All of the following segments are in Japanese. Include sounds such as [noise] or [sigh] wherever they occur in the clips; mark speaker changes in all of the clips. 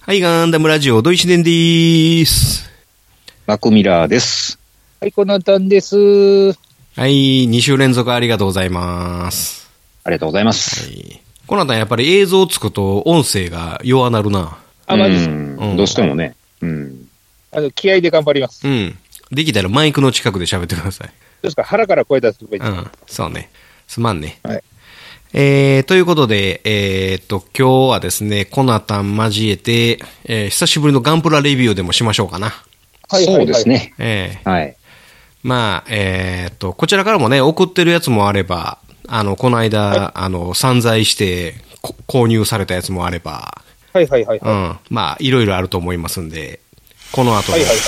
Speaker 1: はい、ガンダムラジオ、ドイシデンでーす。
Speaker 2: マクミラーです。はい、こなたんです。あ
Speaker 1: はい、2週連続ありがとうございます。
Speaker 2: りがとうございま
Speaker 1: は
Speaker 2: す。
Speaker 1: い。コナタンやっぱり映像つくと音声が弱なるな。
Speaker 3: あ、まじ、
Speaker 1: うん
Speaker 2: ん、どうしてもね。うん。
Speaker 3: あの、気合で頑張ります。ど
Speaker 1: うん。できたらマイクの近くで喋ってください。
Speaker 3: うですか腹から声出すとか
Speaker 1: う
Speaker 3: 言って
Speaker 1: ん、そうね。すまんね。
Speaker 3: はい
Speaker 1: えー、ということで、えーっと、今日はですね、コナタン交えて、えー久しぶりのガンプラレビューでもしましょうかな。
Speaker 3: はいはい
Speaker 2: そ
Speaker 3: は
Speaker 2: う
Speaker 3: い
Speaker 2: ですね。
Speaker 1: えー、
Speaker 2: はい。
Speaker 1: まあ、えーっと、こちらからもね、送ってるやつもあれば、あの、この間、あの、散財して、こ購入されたやつもあれば、
Speaker 3: はいはいはい。
Speaker 1: う
Speaker 3: はい
Speaker 1: ん。まあ、いろいろあると思いますんで、この後の本
Speaker 3: はい
Speaker 1: 編
Speaker 3: はい
Speaker 1: で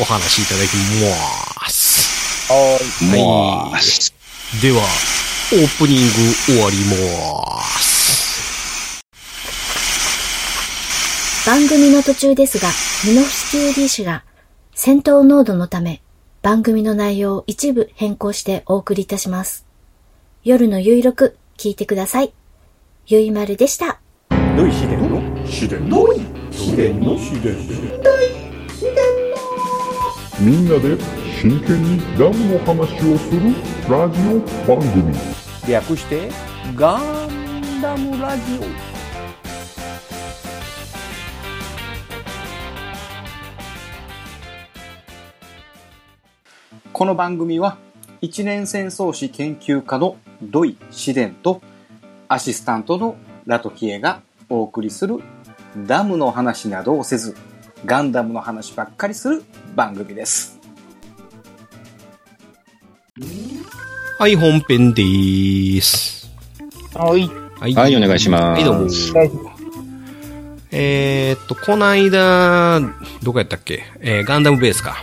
Speaker 1: お話しいただきます。
Speaker 3: はーい。
Speaker 2: もう、
Speaker 1: では、オープニング終わります。
Speaker 4: 番組の途中ですが、ミノフスキュー D 氏が戦闘濃度のため番組の内容を一部変更してお送りいたします。夜のゆいろく聞いてください。ゆいまるでした。
Speaker 5: みんなで真剣にダムの話をするラジオ番組
Speaker 6: 略してガンダムラジオこの番組は一年戦争史研究家の土井紫伝とアシスタントのラトキエがお送りするダムの話などをせずガンダムの話ばっかりする番組です。
Speaker 1: はい、本編でーす。
Speaker 3: はい。
Speaker 1: はい
Speaker 2: はい、お願いします。
Speaker 1: はい、どうも。えーっと、こないだ、どこやったっけえーガンダムベースか。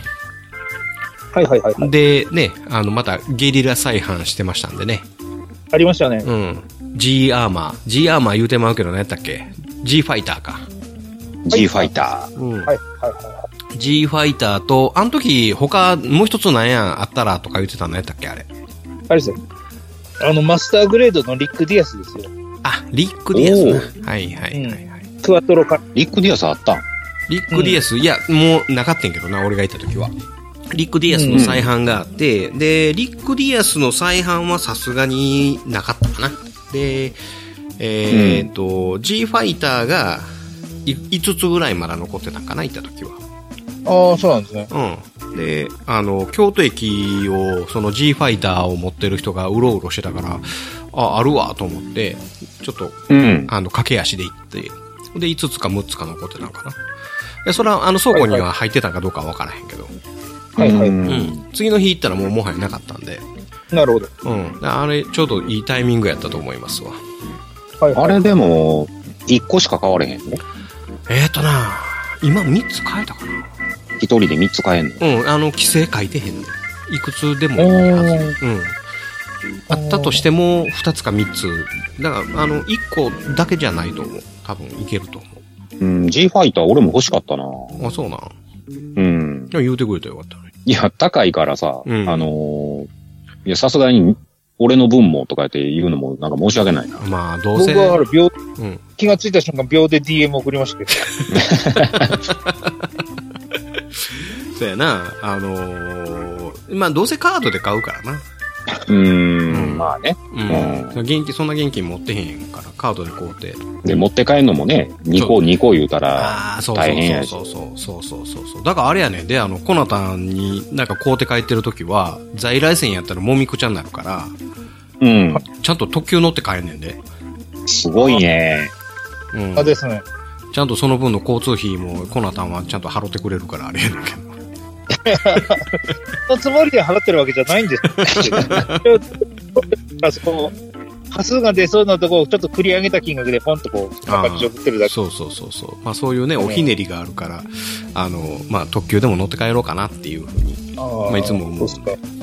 Speaker 3: はいはいはいはい。
Speaker 1: で、ね、あの、またゲリラ再販してましたんでね。
Speaker 3: ありましたね。
Speaker 1: うん。G アーマー。G アーマー言うてまうけど何やったっけ ?G ファイターか。
Speaker 2: G ファイター。
Speaker 1: うん。
Speaker 3: はいはいは
Speaker 1: G ファイターと、あの時、他、もう一つなんやあったらとか言ってたのやったっけあれ。
Speaker 3: い。あれですよ。あの、マスターグレードのリック・ディアスですよ。
Speaker 1: あ、リック・ディアスな。はいはいはいはい。
Speaker 3: クワトロか。
Speaker 2: リック・ディアスあったん
Speaker 1: リック・ディアス、いや、もうなかったんやけどな、俺が行った時は。リック・ディアスの再販があって、で、リック・ディアスの再販はさすがになかったかな。で、えーっと、G ファイターがい5つぐらいまだ残ってたんかな、行った時は。
Speaker 3: ああ、そうなんですね。
Speaker 1: うん。で、あの、京都駅を、その G ファイターを持ってる人がうろうろしてたから、あ、あるわと思って、ちょっと、
Speaker 2: うん。
Speaker 1: あの、駆け足で行って、で、5つか6つか残ってたのかな。で、それは、あの、倉庫には入ってたかどうかはわからへんけど、
Speaker 3: はいは
Speaker 2: う
Speaker 3: い。
Speaker 2: ん
Speaker 1: うん。次の日行ったらもうもはやなかったんで、
Speaker 3: なるほど。
Speaker 1: うん。あれ、ちょうどいいタイミングやったと思いますわ。
Speaker 3: はいはい。
Speaker 2: あれでも、1個しか買われへんの
Speaker 1: えーとな今3つ変えたかな
Speaker 2: ?1 人で3つ買えんの
Speaker 1: うん、あの、規制書いてへんねいくつでもいいはず。うん。あったとしても、2つか3つ。だから、あの、1個だけじゃないと思う。多分、いけると思
Speaker 2: うん、G ファイター俺も欲しかったな。
Speaker 1: う。あ、そうなん。
Speaker 2: うん。
Speaker 1: いや言うてくれたらよかったのに。
Speaker 2: いや、高いからさ、
Speaker 1: うん
Speaker 2: あのーいや、さすがに、俺の分もとか言って言うのも、なんか申し訳ないな。
Speaker 1: まあ、どう
Speaker 3: 僕
Speaker 1: せ、
Speaker 3: はあ
Speaker 1: う
Speaker 3: れ、秒、
Speaker 1: ん。
Speaker 3: 気がついた瞬間、秒で DM 送りましたけ
Speaker 1: そうやな、あのーまあ、どうせカードで買うからな。
Speaker 2: う
Speaker 1: うん
Speaker 2: ん、まあね。
Speaker 1: うん。
Speaker 2: う
Speaker 1: 現金、そんな現金持ってへんから、カードで買うて。
Speaker 2: で、持って帰るのもね、2個2個言うたら、
Speaker 1: ああ、そう
Speaker 2: 大変やし
Speaker 1: そうそうそうそうそうそうそう。だからあれやね、で、あの、コナタンになんか買うて帰ってる時は、在来線やったらもみくちゃになるから、
Speaker 2: うん、
Speaker 1: ちゃんと特急乗って帰んねんで。
Speaker 2: すごいね。
Speaker 1: うん
Speaker 3: ど。あ、ですね。
Speaker 1: ちゃんとその分の交通費も、コナタンはちゃんと払ってくれるからあれやねんけど。
Speaker 3: そのつもりで払ってるわけじゃないんですけど [laughs] あそこ、波数が出そうなとこをちょっと繰り上げた金額でポンとこう、
Speaker 1: あー
Speaker 3: 形を振ってるだけ。
Speaker 1: そうそうそうそう。まあそういうね、おひねりがあるから、あの、まあ特急でも乗って帰ろうかなっていうふうに。
Speaker 3: ま
Speaker 1: まあいつも思う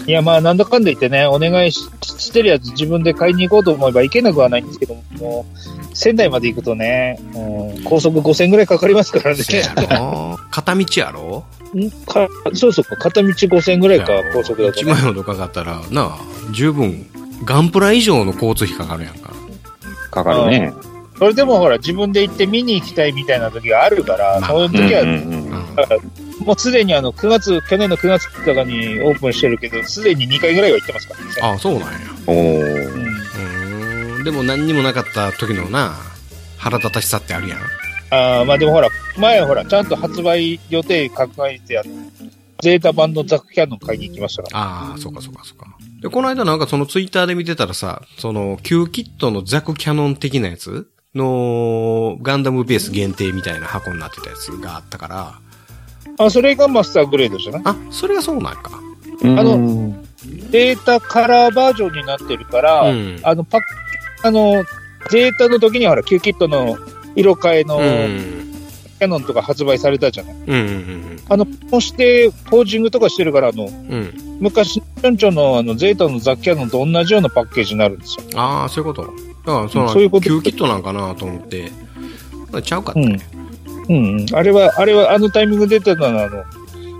Speaker 3: いや、まあ、なんだかんだ言ってね、お願いししてるやつ自分で買いに行こうと思えば行けなくはないんですけども、もう仙台まで行くとね、うん、高速5000ぐらいかかりますからね。
Speaker 1: せやろ片道やろ
Speaker 3: んかそうそうか、片道5000ぐらいか
Speaker 1: やろ、
Speaker 3: 高速だと
Speaker 1: 一
Speaker 3: ね、
Speaker 1: 万円ほどかかったら、なあ、十分、ガンプラ以上の交通費かかるやんか。
Speaker 2: かかるね。
Speaker 3: それでもほら、自分で行って見に行きたいみたいな時があるから、
Speaker 1: まあ
Speaker 3: その時
Speaker 2: うん
Speaker 3: は、
Speaker 2: うんうん
Speaker 3: もうすでにあの、9月、去年の9月とかにオープンしてるけど、すでに2回ぐらいは行ってますからね。
Speaker 1: ああそうなんや
Speaker 2: おー
Speaker 3: うん
Speaker 1: うーんでも何にもなかった時のな腹立たしさってあるやん
Speaker 3: あーまあでもほら、前ほら、ちゃんと発売予定考えてやっゼータ版のザックキャノン買いに行きましたから。
Speaker 1: ああそうかそうかそうかでこの間なんかそのツイッターで見てたらさその旧キットのザクキャノン的なやつのガンダムベース限定みたいな箱になってたやつがあったから
Speaker 3: あ、それがマスターグレードじゃない
Speaker 1: あそれがそうなんか
Speaker 2: うん
Speaker 3: あのデータカラーバージョンになってるから、
Speaker 1: うん
Speaker 3: あの、パッ、あの、ゼータの時にはほら、キューキットの色変えの
Speaker 1: う
Speaker 3: キ
Speaker 1: ん
Speaker 3: ャノンとか発売されたじゃない。
Speaker 1: うんうん
Speaker 3: あの、こうして、ポージングとかしてるから、あの、
Speaker 1: うんうん
Speaker 3: 昔、チョンチョンのあの、ゼータのザックキャノンと同じようなパッケージになるんですよ。
Speaker 1: ああそういうことだからその
Speaker 3: そういうこと
Speaker 1: 旧キットなんかなと思ってちゃうかったね、
Speaker 3: うんうん。あれは、あれは、あのタイミングで出てたのは、あの、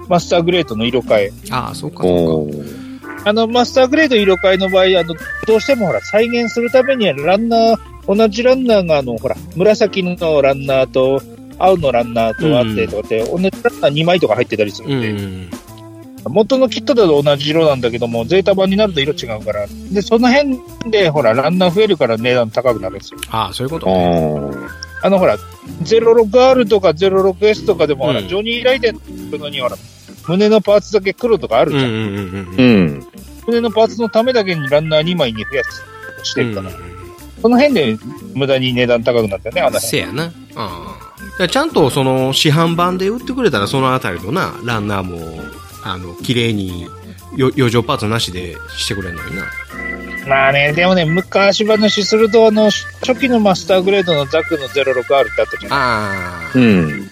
Speaker 3: マスターグレードの色変え。
Speaker 1: ああそうかそうか
Speaker 2: おー
Speaker 3: あの、マスターグレード色変えの場合、あの、どうしてもほら、再現するためには、ランナー、同じランナーが、あの、ほら、紫のランナーと、青のランナーとあって、
Speaker 1: うん
Speaker 3: とかって、同じランナー2枚とか入ってたりす
Speaker 1: う
Speaker 3: る
Speaker 1: んんう
Speaker 3: で、
Speaker 1: ん
Speaker 3: 元のキットだと同じ色なんだけども、ゼータ版になると色違うから、で、その辺で、ほら、ランナー増えるから値段高くなるんですよ。
Speaker 1: ああそういうこと
Speaker 2: あー
Speaker 3: あの、ほら、06R とか 06S とかでも、ほら、
Speaker 1: うん
Speaker 3: ジョニー・ライデンののに、ほら、胸のパーツだけ黒とかある
Speaker 1: う
Speaker 3: じ
Speaker 1: ん
Speaker 3: ゃ。
Speaker 1: うんんうんうん
Speaker 2: うん。
Speaker 3: 胸のパーツのためだけにランナー2枚に増やすしてるから、
Speaker 1: う
Speaker 3: その辺で無駄に値段高くなったよね、あの
Speaker 1: ん、せ
Speaker 3: 辺。
Speaker 1: やな。ああ。だからちゃんとその市販版で売ってくれたらそのあたりのな、ランナーも、あの、綺麗に、よ、余剰パーツなしでしてくれるのにな。
Speaker 3: まあね、でもね、昔話すると、あの、初期のマスターグレードのザクの 06R ってあったじゃん。あ
Speaker 1: ああ。
Speaker 2: うん。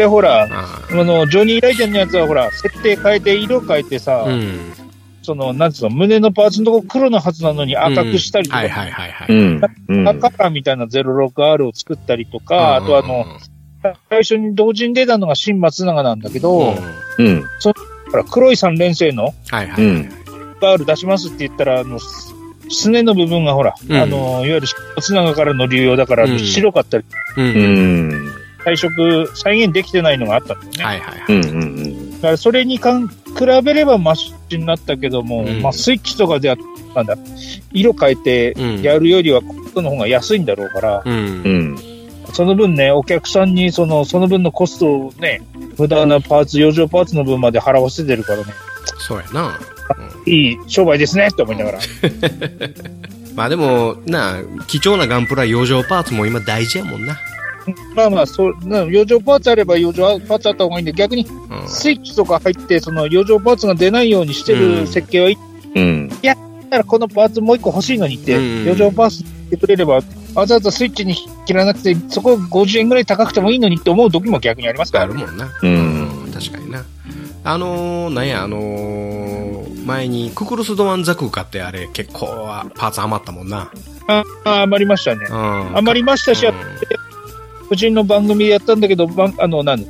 Speaker 3: れほら、あ
Speaker 1: あ
Speaker 3: の、ジョニー・ライデンのやつはほら、設定変えて、色変えて
Speaker 1: あ。
Speaker 3: さ、
Speaker 1: うん。
Speaker 3: その、なんつうの、胸のパーツのとこ黒のはずなのに赤くしたりとか、
Speaker 1: はいはいはいは
Speaker 2: う
Speaker 1: い。
Speaker 2: ん。うん
Speaker 3: 赤カラーみたいな 06R を作ったりとか、あとあの、最初に同時に出たのが新松永なんだけ
Speaker 1: うん、
Speaker 3: ど、
Speaker 1: うん
Speaker 2: うん。
Speaker 3: ほら、黒い三連星の
Speaker 1: はいは
Speaker 2: う
Speaker 1: い。
Speaker 2: ん。
Speaker 3: バール出しますって言ったら、あの、すすねの部分がほら、
Speaker 1: うん
Speaker 3: あの、いわゆるつながからの流用だから、
Speaker 1: うん
Speaker 3: 白かったり、
Speaker 1: う。
Speaker 2: うんん。
Speaker 3: 退色、再現できてないのがあったんだよね。
Speaker 1: はいはいは
Speaker 2: う
Speaker 1: い。
Speaker 2: ん。うん。
Speaker 3: だからそれにかん比べればマシになったけども、
Speaker 1: うん
Speaker 3: まあスイッチとかでやったんだ、色変えて
Speaker 1: うん
Speaker 3: やるよりは、コストの方が安いんだろうから、
Speaker 1: う。
Speaker 2: うんん。
Speaker 3: その分ね、お客さんにその、その分のコストをね、無駄なパーツ、余剰パーツの分まで払わせてるからね、
Speaker 1: そうやな。
Speaker 3: いい商売ですねって思いながら。
Speaker 1: まあでも、なあ、貴重なガンプラ余剰パーツも今大事やもんな。
Speaker 3: [laughs] まあまあ、そう、な余剰パーツあれば余剰パーツあった方がいいんで、逆に
Speaker 1: うん。
Speaker 3: スイッチとか入って、その余剰パーツが出ないようにして
Speaker 1: うん
Speaker 3: る設計はいい
Speaker 2: うん。
Speaker 3: から、このパーツもう一個欲しいのにって、
Speaker 1: うん
Speaker 3: 余剰パーツってくれれば、わざわざスイッチに切らなくて、そこ50円ぐらい高くてもいいのにって思う時も逆にありますか
Speaker 1: あ
Speaker 3: ら
Speaker 1: る
Speaker 3: ね。
Speaker 1: もんな。
Speaker 2: うん
Speaker 1: 確かにな。あのー、なんや、あのー、前に、ククルス・ドワン・ザクーカってあれ、結構はパーツ余ったもんな。
Speaker 3: ああ、余りましたね
Speaker 1: う。ん。
Speaker 3: 余りましたし、
Speaker 1: うん
Speaker 3: 夫人の番組でやったんだけど、ばんあの、なん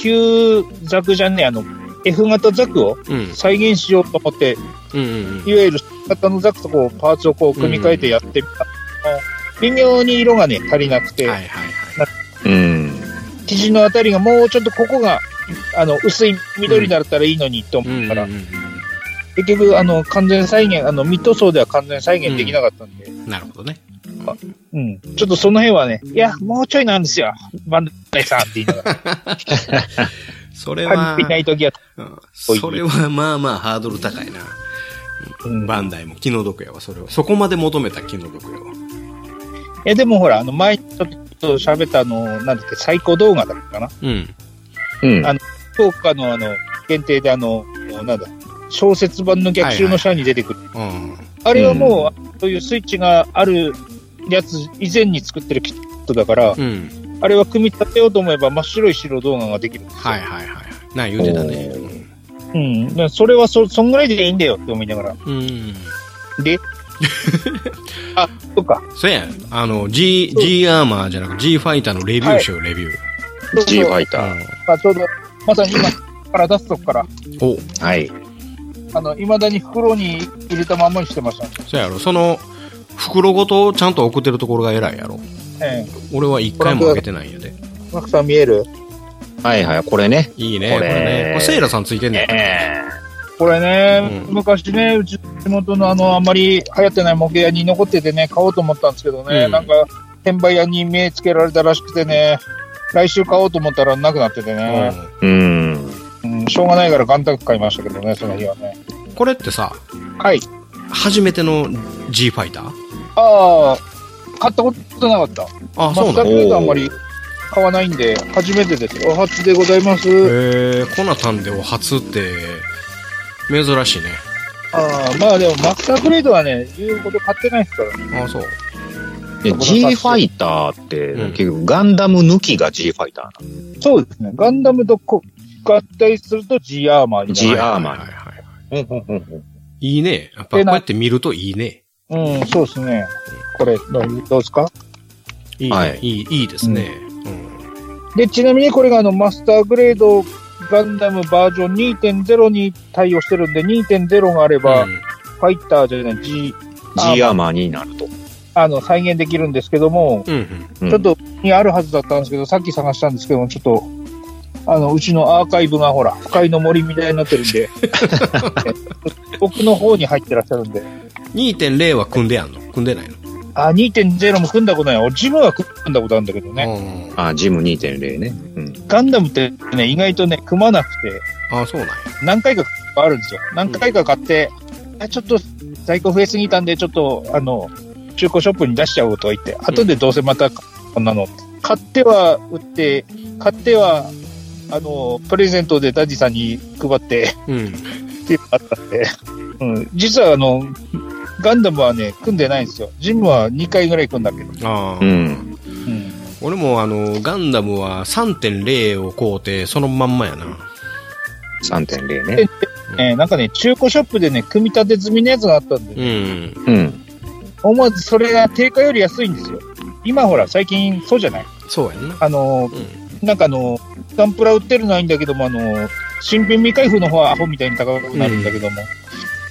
Speaker 3: 旧ザクじゃんね、あの、F 型ザクを
Speaker 1: うん。
Speaker 3: 再現しようと思って、
Speaker 1: うんうん
Speaker 3: いわゆる型のザクとこうパーツをこう組み替えてやってみた。微妙に色がね、足りなく
Speaker 1: うん。
Speaker 3: て、
Speaker 1: はいはいはい。
Speaker 2: うん。
Speaker 3: 生地のあたりがもうちょっとここが、あの、薄い緑だったらいいのにと
Speaker 1: う
Speaker 3: 思
Speaker 1: ん
Speaker 3: う
Speaker 1: う
Speaker 3: か
Speaker 1: ん
Speaker 3: ら、結局、あの、完全再現、あの、ミッド層では完全再現できなかったんで、
Speaker 1: うんなるほどね。
Speaker 3: うん。ちょっとその辺はね、いや、もうちょいなんですよ、バンダイさんって言いながら、
Speaker 1: それ
Speaker 3: 足
Speaker 1: は
Speaker 3: り [laughs] て、ない時は、
Speaker 1: うんそれはまあまあハードル高いな。
Speaker 3: うん
Speaker 1: バンダイも気の毒やわ、それは。そこまで求めた気の毒やわ。
Speaker 3: いや、でもほら、あの、前にちょっと喋ったあの、なんだっけ、最高動画だったかな。
Speaker 1: うん。
Speaker 2: うん。
Speaker 3: 福岡のあの、限定であの、なんだ、小説版の逆襲の社に出てくる。
Speaker 1: うん。
Speaker 3: あれはもう、そういうスイッチがあるやつ以前に作ってるキットだから、
Speaker 1: うん。
Speaker 3: あれは組み立てようと思えば真っ白い白動画ができるんですよ。
Speaker 1: はいはいはい。な、言うてたね。
Speaker 3: うん。だからそれはそ、そんぐらいでいいんだよって思いながら。
Speaker 1: うんうん。
Speaker 3: であ、そっか。
Speaker 1: そうやん。あの、G、G アーマーじゃなく G ファイターのレビューしよう、レビュー。
Speaker 3: そうそう
Speaker 2: G ファイター。
Speaker 3: まあちょうど、まさに今から出すとこから、
Speaker 1: お、
Speaker 2: はい。
Speaker 3: あの、未だに袋に入れたまんまにしてました。
Speaker 1: そうやろ。その、袋ごとちゃんと送ってるところが偉いやろ。
Speaker 3: え
Speaker 1: 俺は一回も開けてないんやで。
Speaker 3: え。マックさん見える
Speaker 2: はいはい、これね。
Speaker 1: いいね、こ
Speaker 2: こ
Speaker 1: れ
Speaker 2: れ
Speaker 1: ね。これセイラさんついてんねん。
Speaker 3: これね、
Speaker 1: うん
Speaker 3: 昔ね、うちの地元のあの、あんまり流行ってない模型屋に残っててね、買おうと思ったんですけどね、
Speaker 1: うん
Speaker 3: なんか、転売屋に目つけられたらしくてね、来週買おうと思ったらなくなっててね、
Speaker 2: うん。
Speaker 3: うん、しょうがないからガンタク買いましたけどね、その日はね。
Speaker 1: うんこれってさ、
Speaker 3: はい。
Speaker 1: 初めての G ファイター
Speaker 3: ああ、買ったことなかった。
Speaker 1: あ、そうな
Speaker 3: 全
Speaker 1: のへ
Speaker 3: くあんまり買わないんで、初めてです。お初でございます。
Speaker 1: えー、コナタンでお初って、珍しいね。
Speaker 3: ああ、まあでもマスターグレードはね、言うほど買ってないですからね。
Speaker 1: あ、そう。
Speaker 2: で G ファイターって、
Speaker 1: うん
Speaker 2: 結局ガンダム抜きが G ファイターなの
Speaker 3: そうですね。ガンダムとこ合体すると G アーマーにな
Speaker 2: G アーマー
Speaker 1: はいはいはいはい。
Speaker 2: うん
Speaker 1: いいね。やっぱこうやって見るといいね。
Speaker 3: る。うん、そうですね。これ、どうですか
Speaker 1: いいね、
Speaker 2: はい
Speaker 1: いい、いいですね。うん
Speaker 3: で、ちなみにこれがあの、マスターグレードガンダムバージョン2.0に対応してるんで、2.0があれば、
Speaker 1: うん
Speaker 3: ファイターじゃない、G、
Speaker 2: G アーマーになると。
Speaker 3: あの、再現できるんですけども、
Speaker 1: うんうん
Speaker 2: うん
Speaker 3: ちょっと、にあるはずだったんですけど、さっき探したんですけども、ちょっと、あの、うちのアーカイブがほら、不快の森みたいになってる
Speaker 2: [laughs]
Speaker 3: んで、奥の方に入ってらっしゃるんで、
Speaker 1: 2.0は組んでやんの組んでないの
Speaker 3: あ、2.0も組んだことない。俺、ジムは組んだことあるんだけどね。
Speaker 1: ね。
Speaker 2: あ、ジム2.0ね。うん。
Speaker 3: ガンダムってね、意外とね、組まなくて、
Speaker 1: ああ、そうなんや。
Speaker 3: 何回かあるんですよ。何回か買って、あちょっと在庫増えすぎたんで、ちょっと、あの、中古ショップに出しちゃおうとか言って、後でどうせまた、こんなの、買っては売って、買っては、あの、プレゼントでダディさんに配って、
Speaker 1: うん。
Speaker 3: っていうのがあったんで、うん、実はあの、ガンダムはね、組んでないんですよ。ジムは2回ぐらい組んだけど。
Speaker 1: ああ、
Speaker 2: うん。
Speaker 3: うん
Speaker 1: 俺もあの、ガンダムは3.0を買うて、そのまんまやな。
Speaker 2: 3.0ね。
Speaker 3: えーなんかね、中古ショップでね、組み立て済みのやつがあったんで、
Speaker 1: うん。
Speaker 2: うん。
Speaker 3: 思わずそれが定価より安いんですよ。今ほら、最近そうじゃない
Speaker 1: そうやんな。
Speaker 3: あのー、なんかあのー、ガンプラ売ってるのはいいんだけども、あのー、新品未開封の方はアホみたいに高くなるんだけども、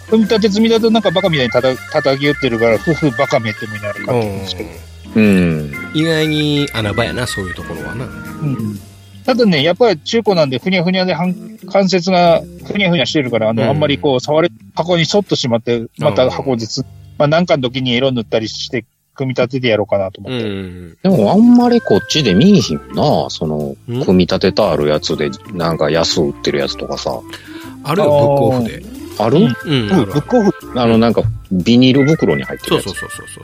Speaker 3: 組み立て済みだとなんかバカみたいにたた叩き打ってるから、ふふバカめってもになる
Speaker 1: う
Speaker 3: 感じ
Speaker 1: ん
Speaker 3: ですけど。
Speaker 2: うん。
Speaker 1: 意外に穴場やな、そういうところはな。
Speaker 3: うんただね、やっぱり中古なんで、ふにゃふにゃで半、関節がふにゃふにゃしてるから、あの、
Speaker 1: うん
Speaker 3: あんまりこう、触れ、箱にそっとしまって、また箱でつ、まあ、なんかの時に色塗ったりして、組み立ててやろうかなと思
Speaker 1: う
Speaker 3: って。
Speaker 1: ん。
Speaker 2: でもあんまりこっちで見えひんな。その、
Speaker 1: うん
Speaker 2: 組み立てたあるやつで、なんか安売ってるやつとかさ。
Speaker 1: あるよ、ブ
Speaker 3: あ
Speaker 1: ックオ
Speaker 3: ー
Speaker 1: フで。
Speaker 2: ある、
Speaker 3: うん
Speaker 1: うん、
Speaker 3: う
Speaker 1: あ
Speaker 3: ん、
Speaker 1: る
Speaker 3: ブ
Speaker 1: あ
Speaker 3: ッ
Speaker 1: る。
Speaker 3: クオフ。
Speaker 2: あの、なんか、ビニール袋に入ってる
Speaker 1: そう
Speaker 2: やつ。
Speaker 1: そうそうそうそうそ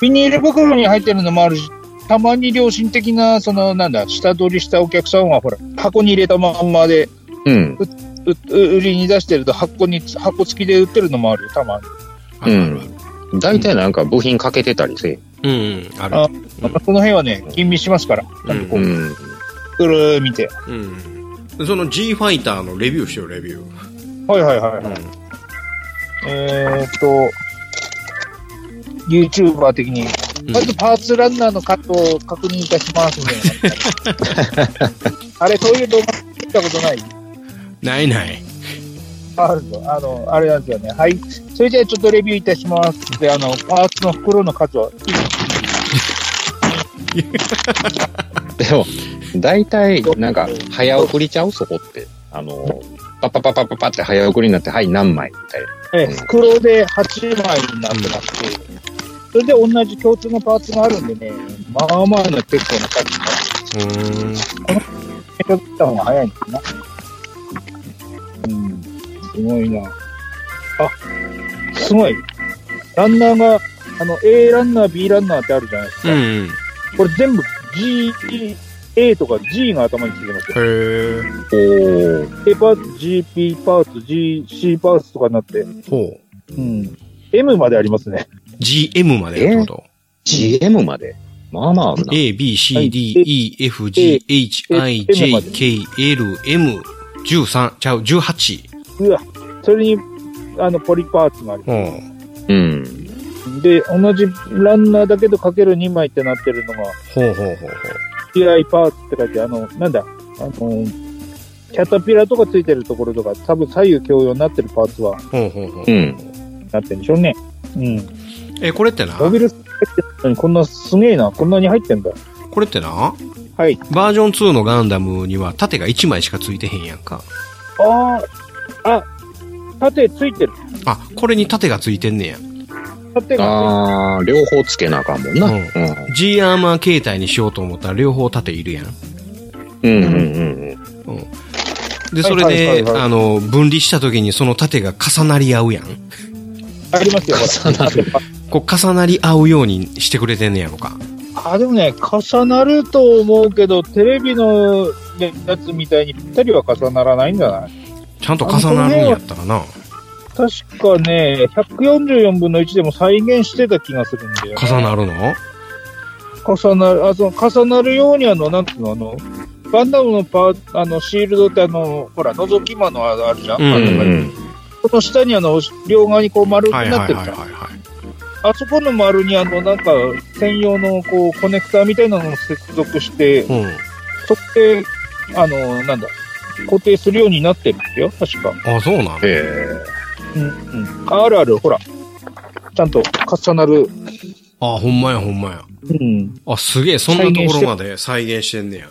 Speaker 3: ビニール袋に入ってるのもあるし、たまに良心的な、その、なんだ、下取りしたお客さんは、ほら、箱に入れたまんまで、
Speaker 2: うん。
Speaker 3: う売りに出してると、箱に、箱付きで売ってるのもあるよ、たまに。
Speaker 1: う。あるあるある。
Speaker 2: 大体なんか部品かけてたりせ
Speaker 1: うん、うん、ある。
Speaker 3: あ
Speaker 1: うん
Speaker 3: この辺はね、吟味しますから、ちゃん
Speaker 2: え。
Speaker 3: とこ
Speaker 2: う
Speaker 3: う、
Speaker 2: ん。
Speaker 3: うるー見て。
Speaker 1: うん。その G ファイターのレビューしよう、レビュー。
Speaker 3: はいはいはいはい。
Speaker 1: う
Speaker 3: えーっと、YouTuber 的に、
Speaker 1: ん。
Speaker 3: まずパーツランナーのカットを確認いたしますみたい
Speaker 1: [laughs]
Speaker 3: な。あれ、そういう動画見たことない
Speaker 1: ないない。
Speaker 3: あるのあの、あれなんですよね。はい。それじゃあちょっとレビューいたします。で、あの、パーツの袋の数は、
Speaker 2: でも、大体、なんか、早送りちゃうそこって。あの、パッパッパッパッパッパって早送りになって、はい、何枚みたいな。
Speaker 3: え袋で8枚になってますし、それで同じ共通のパーツがあるんでね、まあまあの結構な数が、
Speaker 1: うーん。
Speaker 3: 検索した方が早いんですな。うん、すごいな。あ、すごい。ランナーが、あの、A ランナー、B ランナーってあるじゃないです
Speaker 1: う
Speaker 3: か。
Speaker 1: ん。
Speaker 3: これ全部 G、A とか G が頭についてますよ。
Speaker 1: へえ。
Speaker 2: おー。
Speaker 3: A パーツ、GP パーツ、GC パーツとかになって、
Speaker 1: ほう。
Speaker 3: うん。M までありますね。 [laughs]
Speaker 1: GM までやってこと
Speaker 2: GM まで。まあまああるな。
Speaker 1: A, B, C, D, E, F, G, H, I, J, K, L, M, 13、ちゃう、18。
Speaker 3: うわ。それに、あの、ポリパーツがあり
Speaker 1: う
Speaker 3: ま
Speaker 1: ん。
Speaker 2: うん。
Speaker 3: す。で、同じランナーだけどかける2枚ってなってるのが、
Speaker 1: ほうほうほうほう。
Speaker 3: キライパーツって書いて、あの、なんだ、あの、キャタピラとかついてるところとか、多分左右共用になってるパーツは、
Speaker 1: ほうほうほう。
Speaker 2: うん。
Speaker 3: なってるんでしょうね。うん。
Speaker 1: え、これってな、
Speaker 3: モビル、何こんなすげえな、こんなに入ってんだ。
Speaker 1: これってな、
Speaker 3: はい。
Speaker 1: バージョン2のガンダムには盾が1枚しかついてへんやんか。
Speaker 3: ああ、あ、盾ついてる。
Speaker 1: あ、これに盾がついてんねや。
Speaker 3: 盾が
Speaker 2: あー、両方つけなあかんもんな。
Speaker 1: う
Speaker 2: うんん。
Speaker 1: G アーマー形態にしようと思ったら両方盾いるやん。
Speaker 2: うんうんうんうん。
Speaker 1: うん。で、それ
Speaker 3: はいはい
Speaker 1: で、
Speaker 3: はいはい
Speaker 1: あの、分離した時にその盾が重なり合うやん。
Speaker 3: ありますよ、ほら。
Speaker 1: こう重なり合うようにしてくれてんねやろか。
Speaker 3: あ、でもね、重なると思うけど、テレビのやつみたいにぴったりは重ならないんじゃない
Speaker 1: ちゃんと重なるんやったらな。
Speaker 3: 確かね、144分の1でも再現してた気がするんだよ。
Speaker 1: 重なるの
Speaker 3: 重なる、あ、その、重なるようにあの、なんていうの、あの、ガンダムのパー、あの、シールドってあの、ほら、覗き窓あるじゃん、
Speaker 1: うん
Speaker 3: あ
Speaker 2: う
Speaker 3: の
Speaker 2: んうん。
Speaker 3: その下にあの、両側にこう丸く
Speaker 1: はい
Speaker 3: な
Speaker 1: は
Speaker 3: っ
Speaker 1: い
Speaker 3: てる
Speaker 1: はい
Speaker 3: じゃん。
Speaker 1: はいはい。
Speaker 3: あそこの丸にあの、なんか、専用のこう、コネクターみたいなのを接続して、
Speaker 1: うん。
Speaker 3: そこで、あの、なんだ、固定するようになってるんですよ、確か。
Speaker 1: あ、そうなの
Speaker 2: へえ。
Speaker 3: うん、うん。あるある、ほら。ちゃんと重なる。
Speaker 1: あ、ほんまやほんまや。
Speaker 3: うん。
Speaker 1: あ、すげえ、そんなところまで再現してんねや。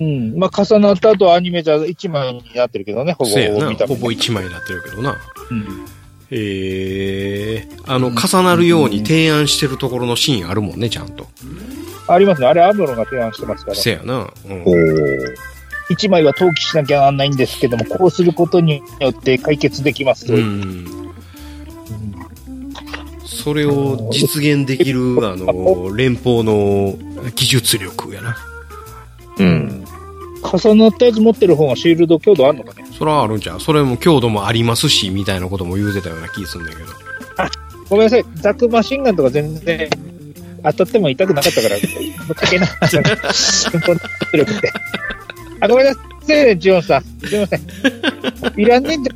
Speaker 3: うん。まあ、重なった後アニメじゃ一枚になってるけどね、ほぼ、
Speaker 1: せやな
Speaker 3: 見た。
Speaker 1: ほ
Speaker 3: 目
Speaker 1: ぼ1枚になってるけどな。
Speaker 3: うん。
Speaker 1: へえ。あの、重なるように提案してるところのシーンあるもんね、ちゃんと。
Speaker 3: ありますね。あれ、アムロが提案してますから。
Speaker 1: せやな。うん
Speaker 2: お。ー。
Speaker 3: 一枚は投棄しなきゃなんないんですけども、こうすることによって解決できますと
Speaker 1: う
Speaker 3: いう。
Speaker 1: ん。それを実現できる、あの、連邦の技術力やな。
Speaker 2: うん。
Speaker 3: 重なったやつ持ってる方がシールド強度あんのかね
Speaker 1: それはあるんちゃうそれも強度もありますし、みたいなことも言うてたような気すんだけど。
Speaker 3: ごめんなさい。ザクマシンガンとか全然当たっても痛くなかったから、ぶっかけな。出力って。 [laughs] あ、ごめんなさい、ジオンさん。すいません。いらねえんだ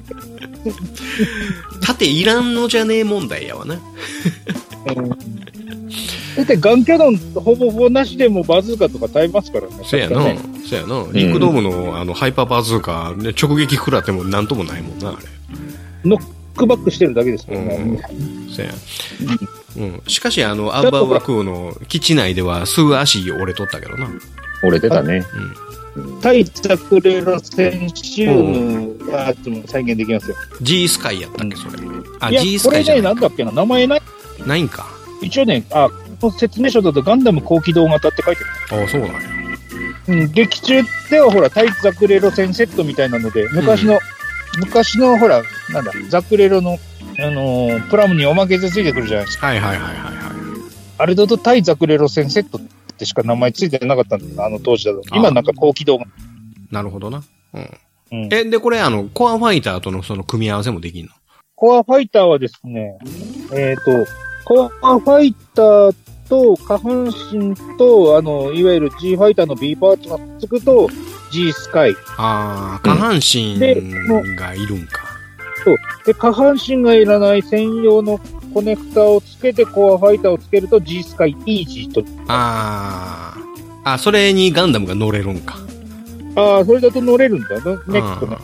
Speaker 1: 盾いらんのじゃねえ問題やわな。
Speaker 3: だってガンキャノンほぼほぼなしでもバズーカとか耐えますからね。
Speaker 1: せやな
Speaker 3: 確かね。
Speaker 1: せやな。リンクドームのあのハイパーバズーカ、ね、直撃食らってもなんともないもんな、あれ。
Speaker 3: クックバックしてるだけですから
Speaker 1: うん
Speaker 3: ね。。
Speaker 1: せや。うん。しかし、あの、アウバーワクーの基地内では、すぐ足折れとったけどな。
Speaker 2: 俺出たね。
Speaker 3: 対策レロセンシウムはも再現できますよ。
Speaker 1: G スカイやったっけ、それ。あ、
Speaker 3: いや
Speaker 1: G、ス
Speaker 3: こ
Speaker 1: カイ
Speaker 3: れ
Speaker 1: じゃ
Speaker 3: ね、
Speaker 1: な
Speaker 3: ないんだっけな、名前ない。
Speaker 1: ないんか。
Speaker 3: 一応ね、あ、この説明書だとガンダム高機動型って書いてある。
Speaker 1: ああ、そうなんや。
Speaker 3: うん、劇中ではほら、対ザクレロ戦セットみたいなので、昔の、昔のほら、なんだ、ザクレロの、あのープラムにおまけでついてくるじゃないですか。
Speaker 1: はいはいはいはいはい。
Speaker 3: あれだと対ザクレロ戦セットってしか名前ついてなかったんだよなあの当時だと。
Speaker 1: あ
Speaker 3: 今なんか高機動が。
Speaker 1: なるほどな。うん。
Speaker 3: うん、
Speaker 1: え、で、これ、あの、コアファイターとのその組み合わせもできんの
Speaker 3: コアファイターはですね、えっ、と、コアファイターと下半身と、あの、いわゆる G ファイターの B パーツがくっつくと、G スカイ。
Speaker 1: ああ、下半身
Speaker 3: で
Speaker 1: がいるんか。
Speaker 3: で、下半身がいらない専用のコネクタをつけて、コアファイターをつけると G スカイイージーと。
Speaker 1: ああ。あ、それにガンダムが乗れるんか。
Speaker 3: ああ、それだと乗れるんだよね、ネックの。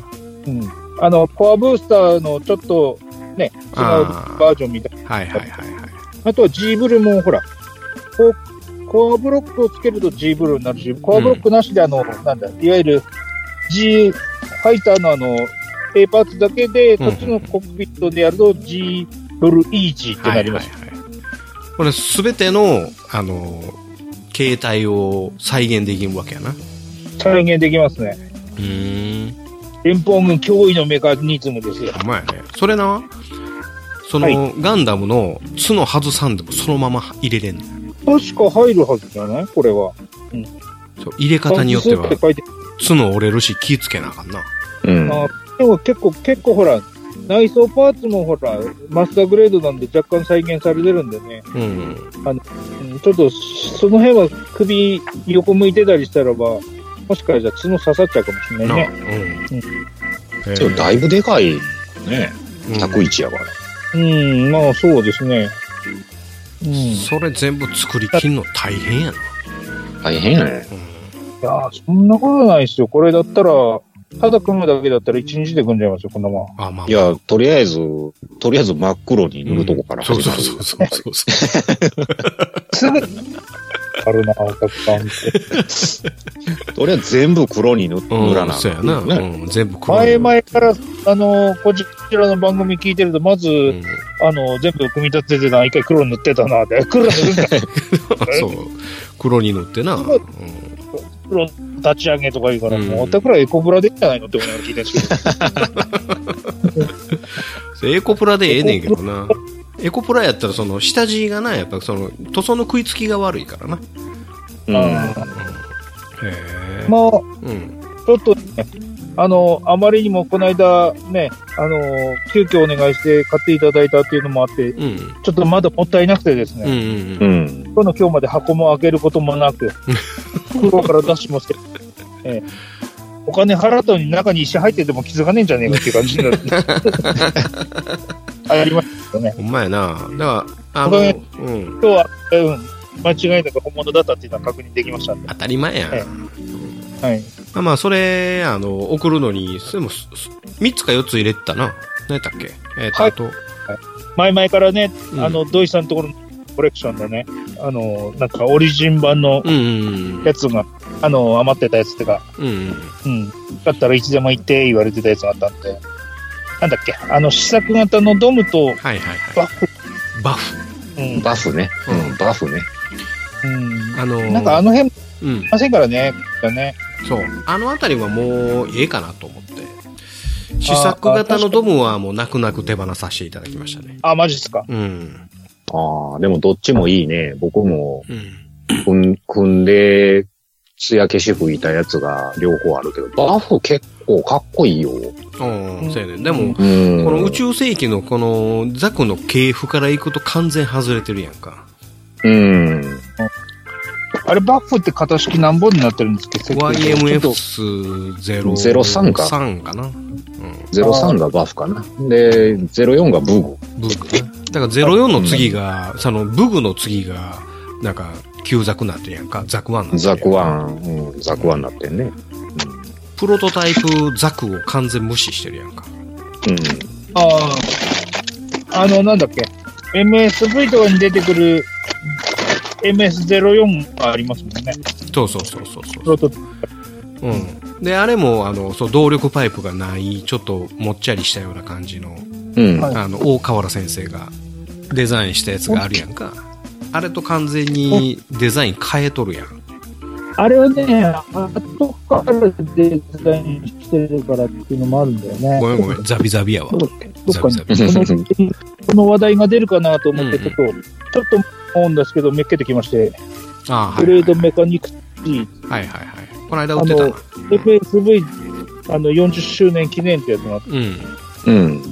Speaker 3: うん。あの、コアブースターのちょっと、ね、違う
Speaker 1: あー
Speaker 3: バージョンみたいな。
Speaker 1: はいはいはいはい。
Speaker 3: あとは G ブルーもほら、こうコアブロックをつけると G ブルーになるし、コアブロックなしであの、なんだ、いわゆる G ファイターのあの、A パーツだけ
Speaker 1: う
Speaker 3: で、
Speaker 1: ん
Speaker 3: こっちのコックピットでやると G ブルーイージーってなります。
Speaker 1: はいはいはい、これすべての、あの、携帯を再現できるわけやな。う
Speaker 3: 再現できますね。
Speaker 1: ーん。
Speaker 3: 連邦軍脅威のメカニズムですよ。
Speaker 1: ほんまやね。それな、その、
Speaker 3: は
Speaker 1: ガンダムの角外さんでもそのまま入れれんの。
Speaker 3: 確か入るはずじゃないこれは。
Speaker 1: そう入れ方によっては
Speaker 3: パンチスー、書いて
Speaker 1: 角折れるし気ぃつけなあかんな。
Speaker 2: うん。
Speaker 3: あでも結構、結構ほら、内装パーツもほら、マスターグレードなんで若干再現されてるんでね。
Speaker 1: うん。
Speaker 3: うんちょっと、その辺は首横向いてたりしたらば、もしかしたら角刺さっちゃうかもしれ
Speaker 1: な
Speaker 3: な
Speaker 1: あ、
Speaker 3: い
Speaker 1: うん
Speaker 3: ね。。
Speaker 1: えー
Speaker 2: でもだいぶでかい。ね。
Speaker 1: うん
Speaker 2: 101やから。
Speaker 3: うん、まあそうですね。うん。い
Speaker 1: それ全部作りきんの大変やな。
Speaker 2: 大変やね。
Speaker 3: やー、そんなことないですよ。これだったら、ただ組むだけだったら1日で組んじゃいますよ、こんなもん。
Speaker 1: あ、まあ
Speaker 2: い。や、とりあえず、とりあえず真っ黒に塗るとこから
Speaker 1: そ
Speaker 2: 始
Speaker 1: う
Speaker 2: ま
Speaker 1: そう
Speaker 2: る。
Speaker 1: そうそうそうそう。
Speaker 3: すぐ、あるな、お客さんって。
Speaker 2: とりあえず全部黒に塗
Speaker 1: うん
Speaker 2: 塗らなあか
Speaker 1: そ
Speaker 2: ん
Speaker 1: うやな。
Speaker 2: ね
Speaker 1: うん全部黒い
Speaker 3: 前々から、あの、こちらの番組聞いてると、まず、
Speaker 1: うん [laughs]
Speaker 3: あの、全部組み立ててた一回黒塗って [laughs] たな、で、黒塗るんか、
Speaker 1: そう。黒に塗ってな。うん
Speaker 3: 黒立ち上げとか言うから、
Speaker 1: うん
Speaker 3: もうおたくらエコブラでいいんじゃないのって思いながら聞いてるんですけど、
Speaker 1: エコプラでええねんけどな。エコプラやったら、その、下地がな、やっぱその、塗装の食いつきが悪いからな。
Speaker 2: うん。
Speaker 1: へ
Speaker 3: まあ、
Speaker 1: うん。
Speaker 3: ちょっとね、あの、あまりにもこの間ね、あの、急遽お願いして買っていただいたっていうのもあって、
Speaker 1: うん。
Speaker 3: ちょっとまだもったいなくてです
Speaker 1: うん。う
Speaker 3: ね、
Speaker 1: ん
Speaker 2: う。ん。
Speaker 3: 今日の今日まで箱も開けることもなく、袋から出しもして、ええお金払ったのに中に石入ってても気づかねえんじゃねえかっていう感じになる。ありましたよね。
Speaker 1: ほんまやな。だから、あ
Speaker 3: ごめ
Speaker 1: の
Speaker 3: ん、
Speaker 1: うん。
Speaker 3: 今日は、うん、間違いなく本物だったっていうのは確認できましたんで。
Speaker 1: 当たり前やん。
Speaker 3: えはい。
Speaker 1: まあまあ、それ、あの、送るのに、それも、すす3つか4つ入れてたな。何やったっけえっと、
Speaker 3: はい
Speaker 1: あと、
Speaker 3: 前々からね、
Speaker 1: うん
Speaker 3: あの、土井さんのところのコレクションでね、あの、なんかオリジン版の
Speaker 1: うんうん
Speaker 3: やつが、あの、余ってたやつとか、
Speaker 1: うん。うんうん。
Speaker 3: うん、だったらいつでも行って言われてたやつがあったんで、なんだっけ、あの、試作型のドムと
Speaker 1: はいはいは
Speaker 3: バッフ、
Speaker 1: い。バフ。
Speaker 3: うん、
Speaker 2: バフね。うん、バフね。
Speaker 3: う
Speaker 1: あのー
Speaker 3: ん、なんかあの辺も
Speaker 1: うん
Speaker 3: い。ませんからね、だね。
Speaker 1: そう。あのあたりはもう、ええかなと思って。試作型のドムはもう泣く泣く手放させていただきましたね。
Speaker 3: あ、マジっすか。
Speaker 1: うん。
Speaker 2: ああ、でもどっちもいいね。僕も、
Speaker 1: うん。
Speaker 2: 組ん組んで、艶消し吹いたやつが両方あるけど、バフ結構かっこいいよ。
Speaker 1: う。
Speaker 3: うんん
Speaker 1: そうやね。でも、
Speaker 3: うん
Speaker 1: こ
Speaker 2: うん。
Speaker 1: の宇宙世紀のこのザクの系譜から行くと完全外れてるやんか。
Speaker 2: うん。
Speaker 3: あれ、バッフって型式何本になってるんですっけど
Speaker 1: YMF03
Speaker 2: 03か
Speaker 1: 3かな。うん。
Speaker 2: 03がバフかな。で、04がブグ。
Speaker 1: ブーグねだから04の次が、そのブグの次が、なんか、旧ザクなってるやんか。ザクワンなってるや
Speaker 2: ザ
Speaker 1: んか
Speaker 2: クワン、うん、ザクワンになってんね。うん。
Speaker 1: プロトタイプザクを完全無視してるやんか。
Speaker 3: ああ。あの、なんだっけ。MSV とかに出てくる MS04 がありますもんね。
Speaker 1: そうそうそうそうそう。
Speaker 3: プロト
Speaker 1: うん、であれもあのそう動力パイプがないちょっともっちゃりしたような感じの
Speaker 2: うん。
Speaker 3: はい
Speaker 1: あの大河原先生がデザインしたやつがあるやんかあれと完全にデザイン変えとるやん
Speaker 3: あれはね、後からデザインしてるからっていうのもあるんだよね。
Speaker 1: ごめんごめんザビザビやわ
Speaker 3: どっかに、
Speaker 1: ザ
Speaker 3: こ
Speaker 1: ビ
Speaker 2: ザビ
Speaker 3: のこの話題が出るかなと思って、
Speaker 1: うん
Speaker 3: ちょっと、ちょっと思うんですけど、めっけてきまして、
Speaker 1: ああはい
Speaker 3: グ
Speaker 1: は
Speaker 3: レ
Speaker 1: い
Speaker 3: ードメカニクス G、
Speaker 1: はいはいはいこの間売ってたな
Speaker 3: FSV、あの、40周年記念ってやつがあって、
Speaker 1: うん
Speaker 2: うん。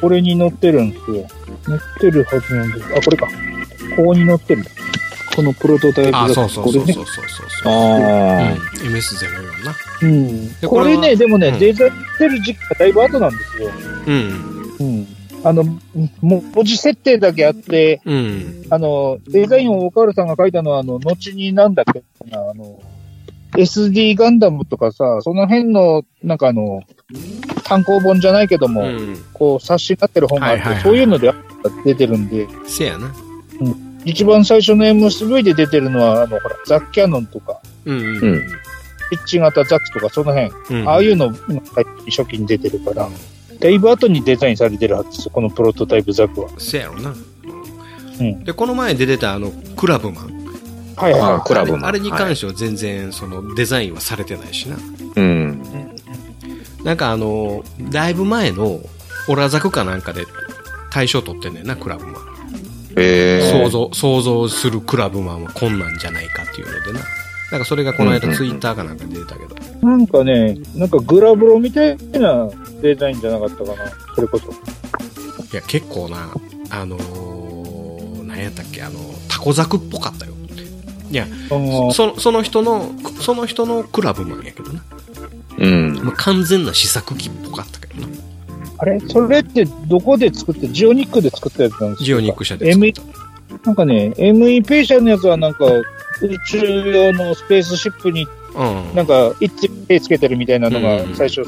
Speaker 3: これに乗ってるんですよ。乗ってるはずなんです。あ、これか。ここに乗ってる。このプロトタイプ
Speaker 1: ああそうそうそうそう
Speaker 3: こ
Speaker 1: そ
Speaker 3: れね。
Speaker 1: うそう
Speaker 2: あ
Speaker 1: そううん
Speaker 2: あ。
Speaker 1: MS04 な
Speaker 3: うん。
Speaker 1: でこ
Speaker 3: こ
Speaker 1: れは
Speaker 3: れね、でもね、
Speaker 1: うん
Speaker 3: デザインしてる時期がだいぶ後なんですよ。
Speaker 1: うん
Speaker 3: うんあの、も文字設定だけあって、
Speaker 1: うん
Speaker 3: あの、デザインを岡原さんが書いたのは、あの、後になんだっけな、あの、SD ガンダムとかさ、その辺の、なんかあの、単行本じゃないけども、
Speaker 1: うん
Speaker 3: こう、冊子になってる本があって、
Speaker 1: はいはいはい
Speaker 3: そういうので出てるんで、
Speaker 1: せやな
Speaker 3: 一番最初の MSV で出てるのは、あの、ほら、ザッキャノンとか、
Speaker 1: うんうん
Speaker 2: うん
Speaker 3: ピッチ型ザクとか、その辺、
Speaker 1: うん
Speaker 3: ああいうの、今初期に出てるから、だいぶ後にデザインされてるはずですよ、このプロトタイプザクは。
Speaker 1: せやろな、
Speaker 3: ん
Speaker 1: でこの前出てたあのクラブマン
Speaker 3: はいはい。
Speaker 2: あクラブ
Speaker 1: あれ
Speaker 2: も。
Speaker 1: あれに関しては全然そのデザインはされてないしな、
Speaker 2: はいうん。
Speaker 1: なんかあのだいぶ前のオラザクかなんかで大賞取ってんねんなクラブマン、
Speaker 2: ええ。
Speaker 1: 想像想像するクラブマンはこんなんじゃないかっていうのでななんかそれがこの
Speaker 2: うんうんう
Speaker 1: 間
Speaker 2: ん
Speaker 1: ツイッターかなんかで出たけど、
Speaker 3: なんかね、なんかグラブロみたいなデザインじゃなかったかな、それこそ。
Speaker 1: いや結構なあのー、何やったっけあのタコザクっぽかったよいや
Speaker 3: あの
Speaker 1: そのその人のその人のクラブマンやけどな、
Speaker 2: うん。
Speaker 1: まあ、完全な試作機っぽかったけどな
Speaker 3: あれそれってどこで作って、ジオニックで作ったやつなんですか
Speaker 1: ジオニック社で作った
Speaker 3: なんかね、ME ペーシャルのやつはなんか、宇宙用のスペースシップに
Speaker 1: うん。
Speaker 3: なんか、一致手つけてるみたいなのが
Speaker 1: うん、
Speaker 3: 最初、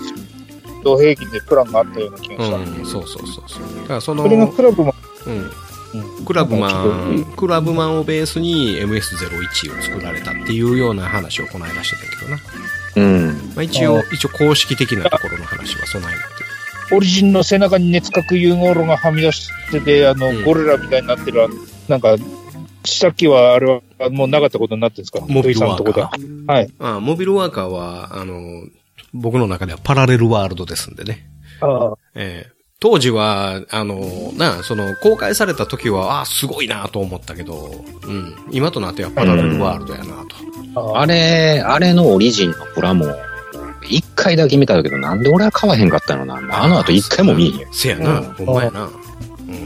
Speaker 3: 同平均でプランがあったような気がした。
Speaker 1: うん、そうそうそうそう。だからその、
Speaker 3: それがクラブも、
Speaker 1: うん、クラブマン、クラブマンをベースに MS01 を作られたっていうような話をこの間してたけどな。
Speaker 2: うん。
Speaker 1: まあ、一応、一応公式的なところの話は備えになってる。
Speaker 3: オリジンの背中に熱核融合炉がはみ出してて、あの
Speaker 1: うん、
Speaker 3: ゴリラみたいになってる、なんか、さっきはあれはもうなかったことになってるんですか
Speaker 1: モビル
Speaker 3: 土井さんの
Speaker 1: ワ
Speaker 3: と
Speaker 1: ー
Speaker 3: こでは
Speaker 1: カー。
Speaker 3: はい。
Speaker 1: あモビルワーカーは、あの、僕の中ではパラレルワールドですんでね。
Speaker 3: ああ
Speaker 1: ええ当時は、あの、なあ、その、公開された時は、ああ、すごいなと思ったけど、うん、今となってはパラレルワールドやなと。
Speaker 3: ああ
Speaker 2: あれ、あれのオリジンのプラも、一回だけ見たけど、なんで俺は買わへんかったのな。あの後一回も見え
Speaker 1: せやな、
Speaker 2: うん
Speaker 1: ほんまやな。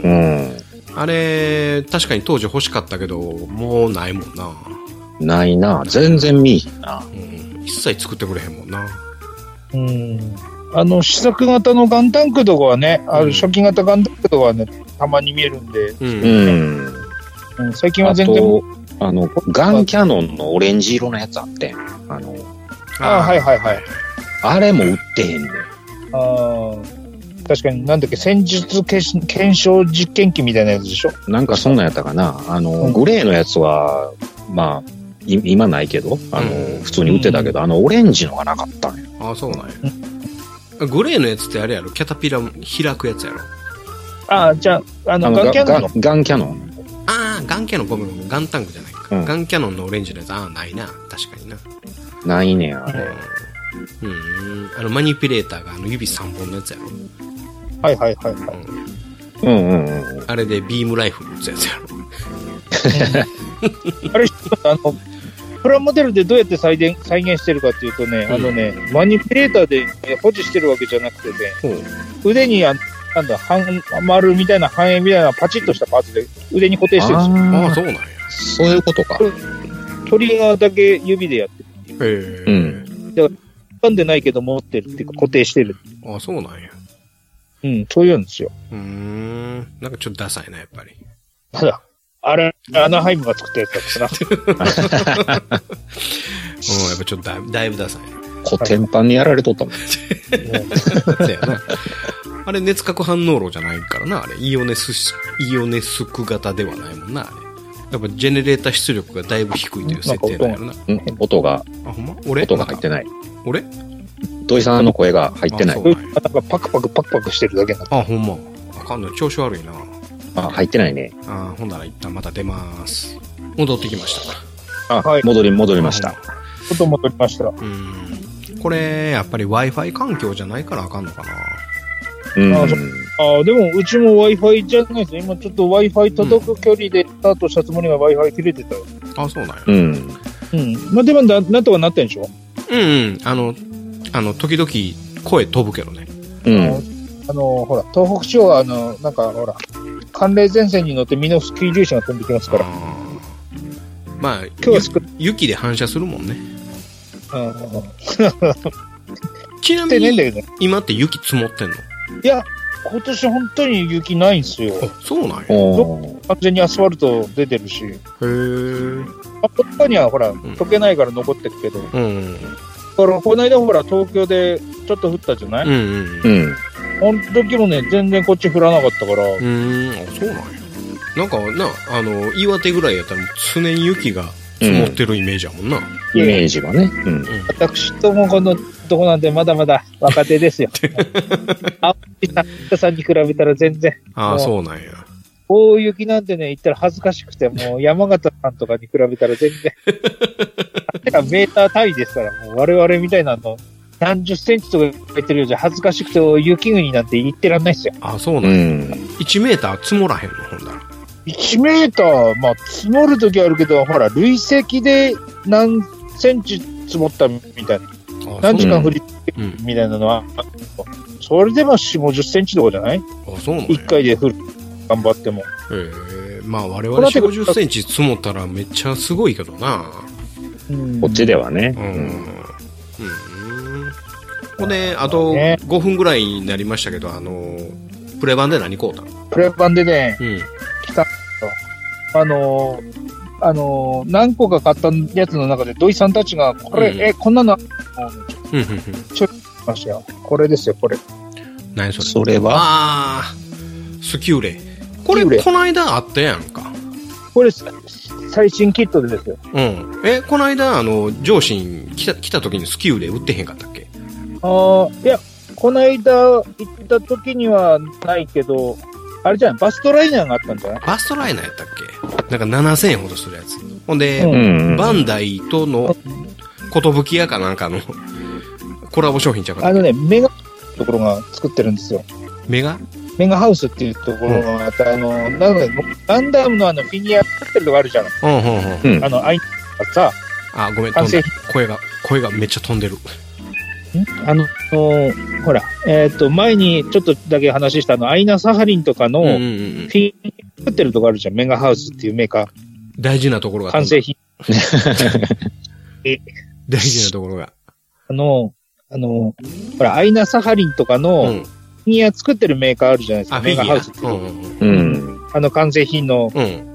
Speaker 2: へん。
Speaker 1: あれ、確かに当時欲しかったけど、もうないもんな。
Speaker 2: うん。ないな。全然見えへんな。
Speaker 1: うん、一切作ってくれへんもんな。
Speaker 3: うん。あの、試作型のガンタンクとかはね、あ
Speaker 1: うん
Speaker 3: る初期型ガンタンクとかはね、たまに見えるんで、
Speaker 1: うん。
Speaker 2: うん。
Speaker 3: うん最近は
Speaker 2: あ
Speaker 3: 全然、
Speaker 2: と、あの、ガンキャノンのオレンジ色のやつあってんあの、
Speaker 3: ああ、はいはいはい。
Speaker 2: あれも売ってへんねん。
Speaker 3: ああ、確かに、なんだっけ、戦術けし検証実験機みたいなやつでしょ。
Speaker 2: なんかそんなんやったかな。あの、
Speaker 3: うん
Speaker 2: グレーのやつは、まあ、い今ないけど、あの、
Speaker 1: う
Speaker 2: 普通に売ってたけど、あの、オレンジのがなかったんや。
Speaker 1: ああ、そうなんや。グレーのやつってあれやろキャタピラ開くやつやろ
Speaker 3: ああ、じゃあ、あ
Speaker 2: あ
Speaker 3: の、
Speaker 2: の
Speaker 3: ガンキャノンの
Speaker 2: ガンガンキャノン。
Speaker 1: ああ、ガンキャノン、ごめんごめんガンタンクじゃないか。
Speaker 2: うん
Speaker 1: ガンキャノンのオレンジのやつ、ああ、ないな。確かにな。
Speaker 2: ないねん、あれ。
Speaker 1: うん。あの、マニピュレーターがあの指3本のやつやろ。
Speaker 3: はいはいはいはい。
Speaker 2: うんうんうん。
Speaker 1: あれでビームライフル撃つやつやろ。
Speaker 3: あれ、あの、プラモデルでどうやって再現再現してるかっていうとね、あのね、マニピュレーターでね保持してるわけじゃなくてね、
Speaker 1: ほう。
Speaker 3: 腕にあの、なんだ、半丸みたいな半円みたいなパチッとしたパーツで腕に固定してるんで
Speaker 1: ああ、
Speaker 2: あ
Speaker 1: そうなんや。へ
Speaker 2: あ、そういうことか。
Speaker 3: すよ。トリガーだけ指でやってる。
Speaker 1: え。
Speaker 2: うん。
Speaker 3: 掴んでないけど持ってるっていうか固定してる。
Speaker 1: ああ、そうなんや。
Speaker 3: うん、そういうんですよ。
Speaker 1: うーん。なんかちょっとダサいな、やっぱり。
Speaker 3: ただ、あれ、アナハイムが作ったやつだった
Speaker 1: うん、
Speaker 3: な。
Speaker 1: やっぱちょっとだだいぶダサいな。
Speaker 2: 古典版にやられとったもん。
Speaker 1: そうやな。あれ、熱核反応炉じゃないからな、あれ。イオネス、イオネスク型ではないもんな、あれ。やっぱジェネレーター出力がだいぶ低いという設定だよな。
Speaker 2: うん音が、
Speaker 1: あ、ほんま俺
Speaker 2: 音が入って
Speaker 1: ない。
Speaker 2: ない。
Speaker 1: 俺
Speaker 2: 土井さんの声が入ってな
Speaker 1: あ
Speaker 2: い
Speaker 1: そ。うなんや
Speaker 3: なんかパクパクパクパクしてるだけな
Speaker 1: あ、ほんま。あかんの、調子悪いな。
Speaker 2: あ、入ってないね。
Speaker 1: あ、ほんなら一旦また出ます。戻ってきました。
Speaker 2: あ、
Speaker 3: はい
Speaker 2: 戻り、戻りました。
Speaker 3: こと戻りました。あ
Speaker 1: うん。これ、やっぱり Wi-Fi 環境じゃないからあかんのかな。
Speaker 2: うん。
Speaker 3: あそうあ、でもうちも Wi-Fi じゃないですよ。今ちょっと Wi-Fi 届く距離でスタートしたつもりが Wi-Fi 切れてたよ。
Speaker 1: あ、そうなんや。
Speaker 2: うん。
Speaker 3: うん。まあでもな、なんとかなったんでしょ
Speaker 1: うんうん。あの、あの、時々声飛ぶけどね。
Speaker 2: うん。
Speaker 3: あの、ほら、東北地方は、あの、なんか、ほら、寒冷前線に乗ってミノフスキー粒子が飛んできますから。
Speaker 1: あーまあ、
Speaker 3: 今日は少ない。
Speaker 1: 雪で反射するもんね。
Speaker 3: うんうん。
Speaker 1: ちなみ
Speaker 3: でねんだ
Speaker 1: に、
Speaker 3: けどね。
Speaker 1: 今って雪積もってんの
Speaker 3: いや、今年本当に雪ないんですよ。
Speaker 1: あ、そうなんや。へ
Speaker 2: おー
Speaker 3: 完全にアスファルト出てるし。
Speaker 1: え。
Speaker 3: あ、こっかにはほら、溶けないから残ってるけど。
Speaker 1: うん。
Speaker 3: だから、この間ほら、東京でちょっと降ったじゃない、
Speaker 1: うんうん
Speaker 2: う。ん。
Speaker 3: あの時もね、全然こっち降らなかったから、
Speaker 1: うーん、あ、そうなんや。なんかな、あの、岩手ぐらいやったら常に雪が積もってるイメージやもんな。
Speaker 2: イメージはね。うん。
Speaker 3: 私ともこのとこなんで、まだまだ若
Speaker 1: [laughs]
Speaker 3: 手ですよ。青木さん北さんに比べたら全然、
Speaker 1: あ
Speaker 3: う
Speaker 1: あ、
Speaker 3: ん
Speaker 1: そうなんや。
Speaker 3: 大雪なんてね、言ったら恥ずかしくて、もう山形さんとかに比べたら全然、あれらメーター単位ですから、もう我々みたいなの、何十センチとか言ってるようじゃ恥ずかしくて、雪国なんて言ってらんないですよ。
Speaker 1: ああ、そうなん
Speaker 2: う
Speaker 1: や。
Speaker 2: ん。
Speaker 1: 1メーター積もらへんの、ほんだら。
Speaker 3: 1メーター、まあ、積もるときあるけど、ほら、累積で何センチ積もったみたいな。
Speaker 1: あ
Speaker 3: 何時
Speaker 1: そう
Speaker 3: 間降り
Speaker 1: うん。
Speaker 3: みたいなのは、それでも4、50センチとかじゃない
Speaker 1: あ、そうなんや。
Speaker 3: ?1 回で降る。頑張っても。
Speaker 1: ええまあ我
Speaker 3: こ
Speaker 1: 々
Speaker 3: れだって
Speaker 1: 4 50センチ積もったらめっちゃすごいけどな。
Speaker 2: こっちではね。
Speaker 1: う。
Speaker 2: うんん。
Speaker 1: うん。ほんで、あと
Speaker 3: ね
Speaker 1: 5分ぐらいになりましたけど、あの、プレ版で何買うたん
Speaker 3: プレバンでね、
Speaker 1: うん。
Speaker 3: あのーあのー何個か買ったやつの中で土井さんたちが、これ、
Speaker 1: うん
Speaker 3: え、こんなのあるの
Speaker 1: うんうんうん
Speaker 3: 来ましたよ。これですよ、これ。
Speaker 1: 何それ
Speaker 2: それは、
Speaker 1: あースキューレこ
Speaker 3: スキュー
Speaker 1: れ
Speaker 3: レ
Speaker 1: こないだあったやんか
Speaker 3: これ、最新キットですよ。
Speaker 1: うんえこないだあの上司に来た来た時にスキューレ売ってへんかったっけ
Speaker 3: ああ、いや、こないだ行った時にはないけど、あれじゃない、バストライナーがあったんじゃない
Speaker 1: バストライナーやったっけなんか7000円ほどするやつほんで、
Speaker 3: うん
Speaker 2: うん。
Speaker 1: バンダイとの寿屋かなんかの [laughs] コラボ商品ちゃうか
Speaker 3: あ
Speaker 1: な
Speaker 3: のね、メガところが作ってるんですよ。
Speaker 1: メガ
Speaker 3: メガハウスっていうところがあって、あの、なので、ガンダムのあのフィギュア作ってるとこあるじゃん。
Speaker 1: うんうんうん
Speaker 2: うん
Speaker 3: あの、アイとかさ、
Speaker 1: あごめん飛
Speaker 3: 完
Speaker 1: ん
Speaker 3: 成
Speaker 1: だ声が声がめっちゃ飛んでる
Speaker 3: あの、ほら、えっ、と、前にちょっとだけ話したあの、アイナ・サハリンとかの
Speaker 1: うんう
Speaker 3: フ
Speaker 1: んう
Speaker 3: ィ
Speaker 1: ん
Speaker 3: ギュア作ってるとこあるじゃん。メガハウスっていうメーカ
Speaker 1: 大事なところ
Speaker 3: ー、
Speaker 1: が
Speaker 3: 完成品。
Speaker 1: [laughs] 大事なところが
Speaker 3: あの、あの、ほら、アイナ・サハリンとか
Speaker 1: う
Speaker 3: の
Speaker 1: ん
Speaker 3: フィギュア作ってるメーカーあるじゃないです
Speaker 1: あ
Speaker 3: か。
Speaker 1: フィ
Speaker 3: メ
Speaker 1: ギ
Speaker 3: ガハウスってい
Speaker 1: ュ
Speaker 3: う
Speaker 1: アうんうん
Speaker 2: うん。
Speaker 3: あの、完成品の、
Speaker 1: うん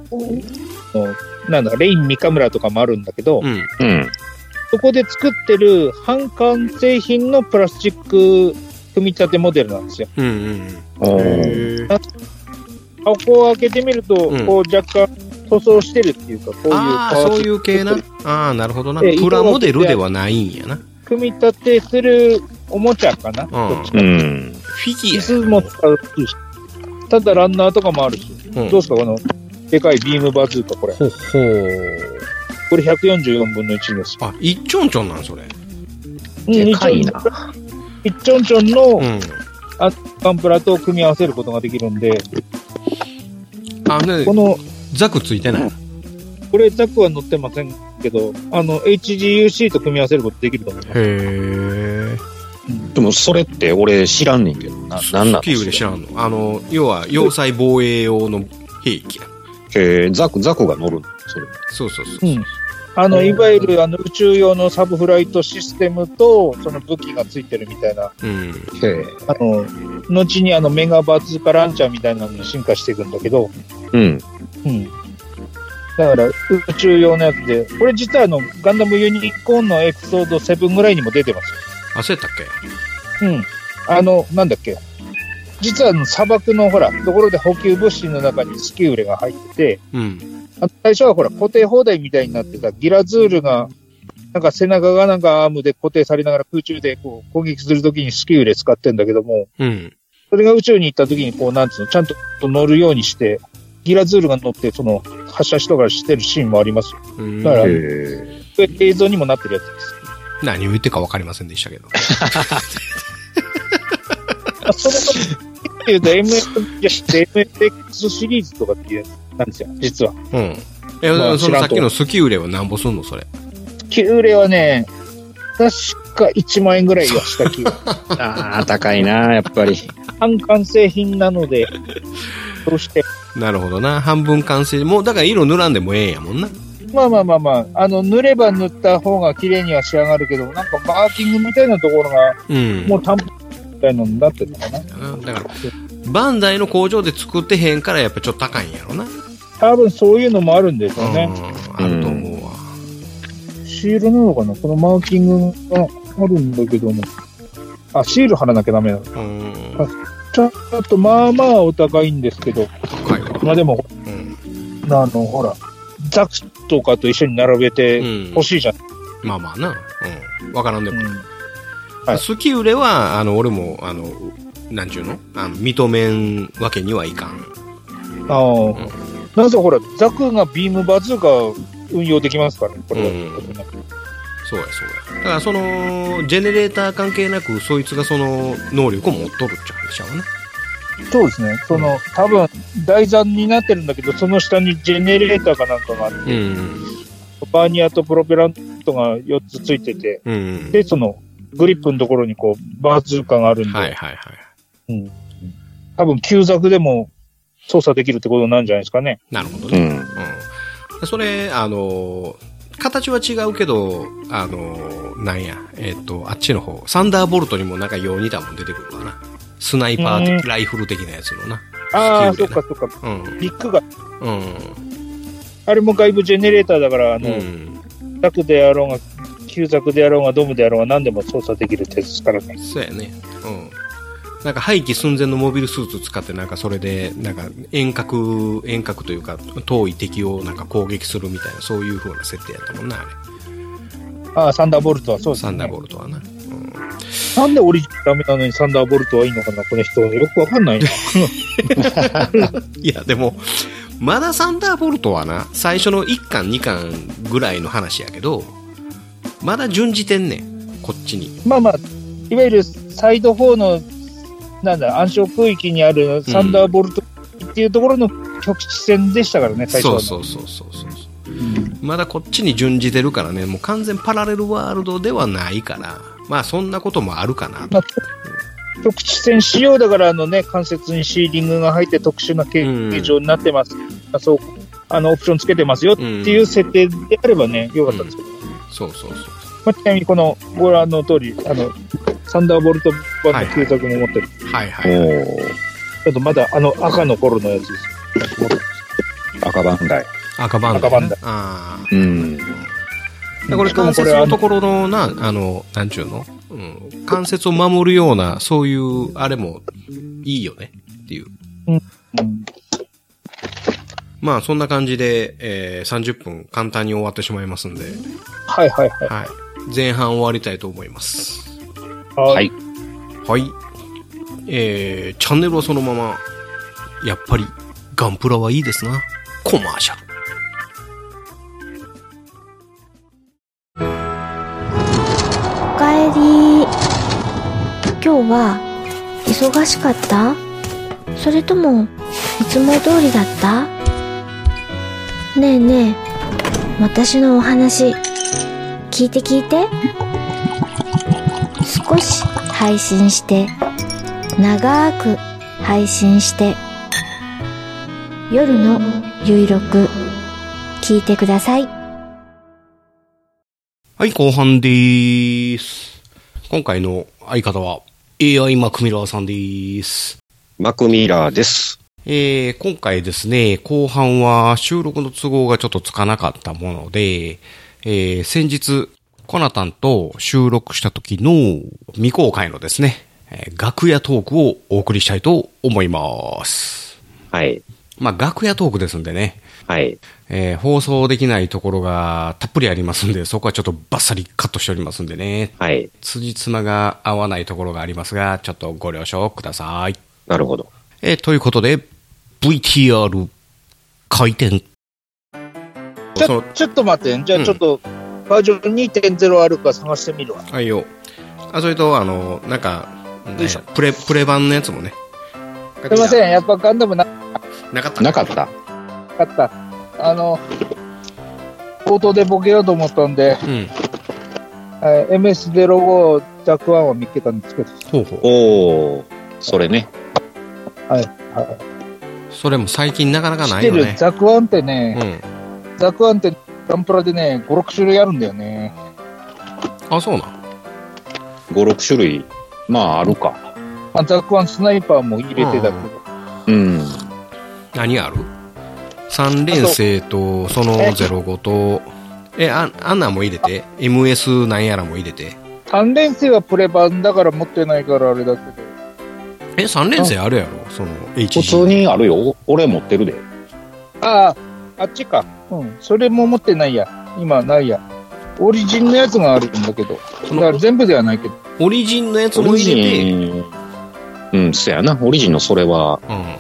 Speaker 3: なんだ、レイン・ミカムラとかもあるんだけど、
Speaker 1: うん
Speaker 2: うん。
Speaker 3: そこで作ってる半完成品のプラスチック組み立てモデルなんですよ。
Speaker 1: うんうん
Speaker 2: お
Speaker 1: うん
Speaker 2: ー
Speaker 1: へー
Speaker 3: 箱を開けてみると、
Speaker 1: うん
Speaker 3: こう若干塗装してるっていうか、こういう
Speaker 1: ああそういう系なああなるほどなプラモデルではないんやな
Speaker 3: 組み立てするおもちゃかな。
Speaker 1: うん
Speaker 2: うん。
Speaker 1: フィギ
Speaker 3: 椅
Speaker 1: ュ
Speaker 3: 子
Speaker 1: ア
Speaker 3: も使うし、ただランナーとかもあるし、
Speaker 1: うん
Speaker 3: どうですか、この、でかいビームバズーカ、これ。
Speaker 1: ほっほー
Speaker 3: これ144分の1です。
Speaker 1: あ一丁んちょんなんそれ
Speaker 2: でかいな。
Speaker 3: 一丁んちょんの
Speaker 1: うん
Speaker 3: ガンプラと組み合わせることができるんで、
Speaker 1: あね
Speaker 3: この、
Speaker 1: ザクついてない
Speaker 3: これザクは乗ってませんけど、あの、HGUC と組み合わせることできると思います。
Speaker 1: へえ。
Speaker 2: でも、それって俺知らんねんけど、な、なんなん
Speaker 1: スキーで知らんのあの、要は、要塞防衛用の兵器や。
Speaker 2: えー、ザク、ザクが乗るのそれ。
Speaker 1: そうそうそう。
Speaker 3: うん。あの、いわゆる、あの、宇宙用のサブフライトシステムと、その武器がついてるみたいな、
Speaker 1: うん。
Speaker 2: へ
Speaker 3: あの、後にあの、メガバズーカランチャーみたいなのに進化していくんだけど、
Speaker 2: うん。
Speaker 3: うん。だから、宇宙用のやつで、これ実はあの、ガンダムユニコーンのエピソード7ぐらいにも出てます
Speaker 1: 焦ったっ
Speaker 3: よ。うん。あの、なんだっけ。実はあの、砂漠のほら、ところで補給物資の中にスキューレが入ってて、
Speaker 1: けうん。
Speaker 3: あの最初はほら、固定放題みたいになってたギラズールが、なんか背中がなんかアームで固定されながら空中でこう攻撃するときにスキューレ使ってんだけども、
Speaker 1: うん。
Speaker 3: それが宇宙に行った時に、こう、なんつうの、ちゃんと乗るようにして、ギラズールが乗って、その、発射しながらしてるシーンもありますよ。
Speaker 1: うん
Speaker 3: だから
Speaker 2: へえ。
Speaker 3: これ映像にもなってるやつです。
Speaker 1: 何を言ってるか分かりませんでしたけど。
Speaker 3: まあ、それと、っていうと MS、MSX シリーズとかっていうやつなんですよ、実は。
Speaker 1: うん。え、
Speaker 3: まあ
Speaker 1: そのさっき
Speaker 3: 知ら
Speaker 1: の
Speaker 3: んと
Speaker 1: スキューレはなんぼすんのそれ。
Speaker 3: キューレはね、確か1万円ぐらいはした気が。
Speaker 2: ああ、高いな、やっぱり。
Speaker 3: 半完成品なので、そして、
Speaker 1: なるほどな。半分完成。もう、だから色塗らんでもええんやもんな。
Speaker 3: まあまあまあまあ、あの、塗れば塗った方が綺麗には仕上がるけど、なんかマーキングみたいなところが、
Speaker 1: うん。
Speaker 3: もう担保みたいなのになってるのかな。
Speaker 1: だから、バンダイの工場で作ってへんからやっぱちょっと高いんやろな。
Speaker 3: 多分そういうのもあるんですよね。
Speaker 1: うん。あると思うわ。
Speaker 3: シールなのかなこのマーキングがあるんだけども。あ、シール貼らなきゃダメなの。
Speaker 1: うん。
Speaker 3: あちょっとまあまあお高いんですけど、
Speaker 1: 高いわ。
Speaker 3: まあでも、
Speaker 1: うん。
Speaker 3: あの、ほら、ザクとかと一緒に並べ
Speaker 1: う
Speaker 3: て
Speaker 1: ん
Speaker 3: 欲しいじゃん。
Speaker 1: まあまあな。うん。わからんで
Speaker 3: う
Speaker 1: も
Speaker 3: ん。はい
Speaker 1: スキウレは、あの、俺も、あの、なんちゅうのあの認めんわけにはいかん。
Speaker 3: ああ、なぜほら、ザクがビームバズーカを運用できますからね、これは。
Speaker 1: うんそうや、そうや。だから、その、ジェネレーター関係なく、そいつがその能力を持っとるっちゃうんでしょうね。
Speaker 3: そうですね。その、多分、台座になってるんだけど、その下にジェネレーターかなんかがあって、
Speaker 1: うん。
Speaker 3: バーニアとプロペラントが4つついてて、
Speaker 1: うん。
Speaker 3: で、その、グリップのところにこう、バーズーカがあるんで、
Speaker 1: はいはいはい。
Speaker 3: うん、多分、旧ザクでも操作できるってことなんじゃないですかね。
Speaker 1: なるほど
Speaker 2: う
Speaker 1: ね。
Speaker 2: ん。
Speaker 1: うん。それ、あの、形は違うけど、あの、なんや、えっ、と、あっちの方、サンダーボルトにもなんかよう似たもん出てくるわな。スナイパー、
Speaker 3: う
Speaker 1: ライフル的なやつのな。
Speaker 3: ああ、
Speaker 1: スキ
Speaker 3: そっ
Speaker 1: ルでな
Speaker 3: かそっか。
Speaker 1: うん。
Speaker 3: ビッグが、
Speaker 1: うん。
Speaker 3: あれも外部ジェネレーターだから、あ
Speaker 1: う
Speaker 3: の、
Speaker 1: ん。
Speaker 3: ザクであろうが、旧ザクであろうが、ドムであろうが、何でも操作できるってやつですからね。
Speaker 1: そうやね。うん。なんか廃棄寸前のモビルスーツ使ってなんかそれでなんか遠隔遠隔というか遠い敵をなんか攻撃するみたいなそういう風な設定やったもんなあれ
Speaker 3: ああ、サンダーボルトはそうですね。
Speaker 1: サンダーボルトはな、うん、
Speaker 3: なんでオリジンダメなのにサンダーボルトはいいのかな、この人。よくわかんないな。
Speaker 1: いやでもまだサンダーボルトはな最初の1巻2巻ぐらいの話やけどまだ順次てんねんこっちに
Speaker 3: まあまあ、いわゆるサイド4の、なんだ、暗証区域にあるサンダーボルトっていうところの局地戦でしたからね、最初
Speaker 1: そ
Speaker 3: は
Speaker 1: う
Speaker 3: ね。
Speaker 1: そうそうそうそうまだこっちに準じてるからねもう完全パラレルワールドではないからまあそんなこともあるかなと
Speaker 3: まあ局地戦仕様だから、あのね、関節にシーリングが入って特殊な
Speaker 1: うん
Speaker 3: 形状になってます。あそう、あの、オプションつけてますよっていう設定であればね、よかったんですけど。
Speaker 1: そうそうそう
Speaker 3: まあ、ちなみにこのご覧の通り、あの、サンダーボルト版の旧作も持ってる。
Speaker 1: はいはい
Speaker 2: お
Speaker 3: あとまだあの赤の頃のやつです。
Speaker 2: お赤番台。
Speaker 1: 赤バンダ
Speaker 3: 赤バンダ
Speaker 1: あ
Speaker 2: うん。
Speaker 1: あこれ
Speaker 3: しかも
Speaker 1: 関
Speaker 3: これ
Speaker 1: 節のところのなあのなんちゅうの、うん、関節を守るようなそういうあれもいいよねっていう
Speaker 3: うん
Speaker 1: まあそんな感じで、えー30分簡単に終わってしまいますんで、
Speaker 3: はいはいはい。
Speaker 1: はい、前半終わりたいと思います。
Speaker 2: は。
Speaker 3: はい
Speaker 1: はい。えー、チャンネルはそのまま、やっぱりガンプラはいいですな。コマーシャル。
Speaker 4: おかえり今日は忙しかったそれともいつも通りだったねえねえ私のお話聞いて聞いて少し配信して長く配信して夜のゆいろく聞いてください
Speaker 1: はい、後半でーす。今回の相方は AI マクミラーさんでーす。
Speaker 2: マクミラーです。
Speaker 1: えー今回ですね、後半は収録の都合がちょっとつかなかったもので、えー先日、コナタンと収録した時の未公開のですね、えー楽屋トークをお送りしたいと思います。
Speaker 2: はい。
Speaker 1: まあ、楽屋トークですんでね、
Speaker 2: はい。
Speaker 1: えー放送できないところがたっぷりありますんで、そこはちょっとバッサリカットしておりますんでね、
Speaker 2: はい。
Speaker 1: 辻褄が合わないところがありますが、ちょっとご了承ください。
Speaker 2: なるほど。
Speaker 1: えーということで、VTR 回転。
Speaker 3: ち
Speaker 1: その
Speaker 3: ょちょっと待って、じゃ
Speaker 1: うん
Speaker 3: あちょっとバージョン2.0あるか探してみるわ。
Speaker 1: はいよ。あ、それと、あの、なんか、
Speaker 3: よいしょ
Speaker 1: プレ、プレ版のやつもね。
Speaker 3: すいません、やっぱガンダムなか
Speaker 1: なかった。
Speaker 2: なかった。
Speaker 3: った。あの、冒頭でボケようと思ったんで、
Speaker 1: うん。
Speaker 3: えー MS05 ダックワンを見つけたんですけど、
Speaker 1: ほうほう。
Speaker 2: おお。それね。
Speaker 1: それも最近なかなか
Speaker 3: 知っ
Speaker 1: ない
Speaker 3: て
Speaker 1: よ
Speaker 3: る
Speaker 1: ね。
Speaker 3: ザクワンって
Speaker 1: う
Speaker 3: ね、
Speaker 1: ん。
Speaker 3: ザクワンってガンプラでね、5、6種類あるんだよね。
Speaker 1: あ、そうなん。
Speaker 2: 5、6種類。まあ、あるか。
Speaker 3: まあ、ザクワンスナイパーも入れてたけど、
Speaker 2: うん。
Speaker 1: 何ある三連星と、その
Speaker 3: え
Speaker 1: 05と、え、あ、あんなんも入れて、MS なんやらも入れて。
Speaker 3: 3連星はプレ版だから持ってないからあれだけど、
Speaker 1: え、三連星あるやろその、
Speaker 2: 普通
Speaker 1: HG。
Speaker 2: にあるよ。俺持ってるで。
Speaker 3: ああ、あっちか。うん。それも持ってないや。今、ないや。オリジンのやつがあるんだけど。
Speaker 1: そ
Speaker 3: だか
Speaker 1: の
Speaker 3: ら、全部ではないけど。
Speaker 1: オリジンのやつ
Speaker 2: オ
Speaker 1: も
Speaker 2: リジ
Speaker 1: 入れて、
Speaker 2: ン。うん、そやな。オリジンのそれは。
Speaker 1: うん。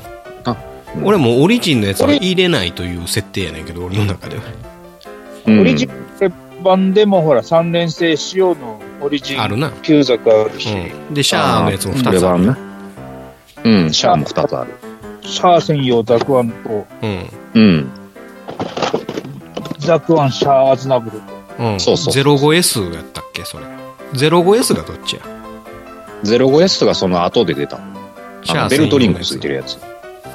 Speaker 2: あ
Speaker 1: 俺もオリジンのやつは入れないという設定やねんけど、俺の中では。
Speaker 2: うん
Speaker 3: オリジン版でもほら、3連星仕様のオリジ
Speaker 1: ある
Speaker 3: ン
Speaker 1: な。
Speaker 3: 旧作あるし、
Speaker 1: うん。で、シャアのやつも2つあ
Speaker 2: あ
Speaker 1: る
Speaker 2: る
Speaker 1: な。
Speaker 2: な。うん、シャアも2つある。
Speaker 3: シャア専用ザクワンと、
Speaker 1: うん。
Speaker 2: うん。
Speaker 3: ザクワンシャアアズナブルと。
Speaker 1: うん。
Speaker 2: そうそう
Speaker 1: 05S やったっけ、それ。05S がどっちや
Speaker 2: 05S がその後で出たの。
Speaker 1: シ
Speaker 2: あ
Speaker 1: ャ
Speaker 2: の
Speaker 1: ア
Speaker 2: ベルトリンクつ
Speaker 1: 専
Speaker 2: いて
Speaker 1: 用
Speaker 2: るやつ。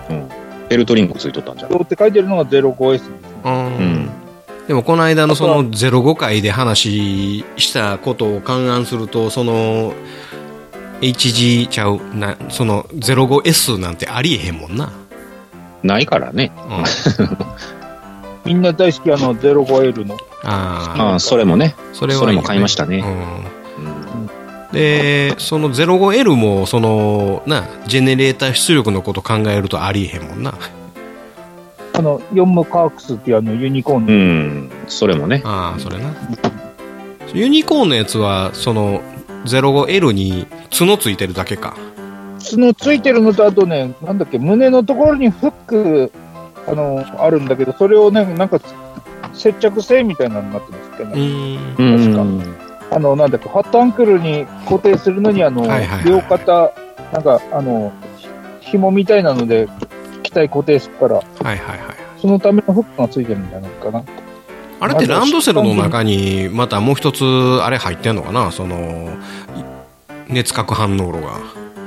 Speaker 2: うん。ベルトリンクついとったんじゃん。
Speaker 3: って書いてるのが 05S ですね。
Speaker 1: のやつ。
Speaker 2: う
Speaker 1: うん。
Speaker 2: ん。
Speaker 1: でも、この間のその05回で話したことを勘案すると、その、HG ちゃう、な、その 05S なんてありえへんもんな。
Speaker 2: [laughs] ないからね。
Speaker 1: うん。
Speaker 3: みんな大好きあの 05L の。
Speaker 1: あ
Speaker 2: ああ、それもね。
Speaker 1: あ、それは
Speaker 2: そ
Speaker 1: い
Speaker 2: れ
Speaker 1: いよね
Speaker 2: も買いましたね。
Speaker 1: うん
Speaker 2: うん
Speaker 1: で、その 05L も、その、な、ジェネレーター出力のこと考えるとありえへんもんな。
Speaker 3: あの、ヨンムカークスっていうあのユニコーン
Speaker 2: う
Speaker 3: の。
Speaker 2: ん。それもね。
Speaker 1: ああ、それな。ユニコーンのやつは、その、05L に角ついてるだけか。
Speaker 3: 角ついてるのと、あとね、なんだっけ、胸のところにフック、あの、あるんだけど、それをね、なんか、接着性みたいなのになってますけど
Speaker 1: う
Speaker 3: ね。
Speaker 1: ーん。
Speaker 2: う
Speaker 3: 確か
Speaker 2: ん。
Speaker 3: あの、なんだっけ、ファットアンクルに固定するのに、あの、
Speaker 1: はいはいはい
Speaker 3: 両肩、なんか、あの、紐みたいなので、機体固定するから、
Speaker 1: はいはいはい。
Speaker 3: そのためのフックがついてるんじゃないかな。
Speaker 1: あれってランドセルの中に、またもう一つ、あれ入ってんのかなその、い熱核反応炉が。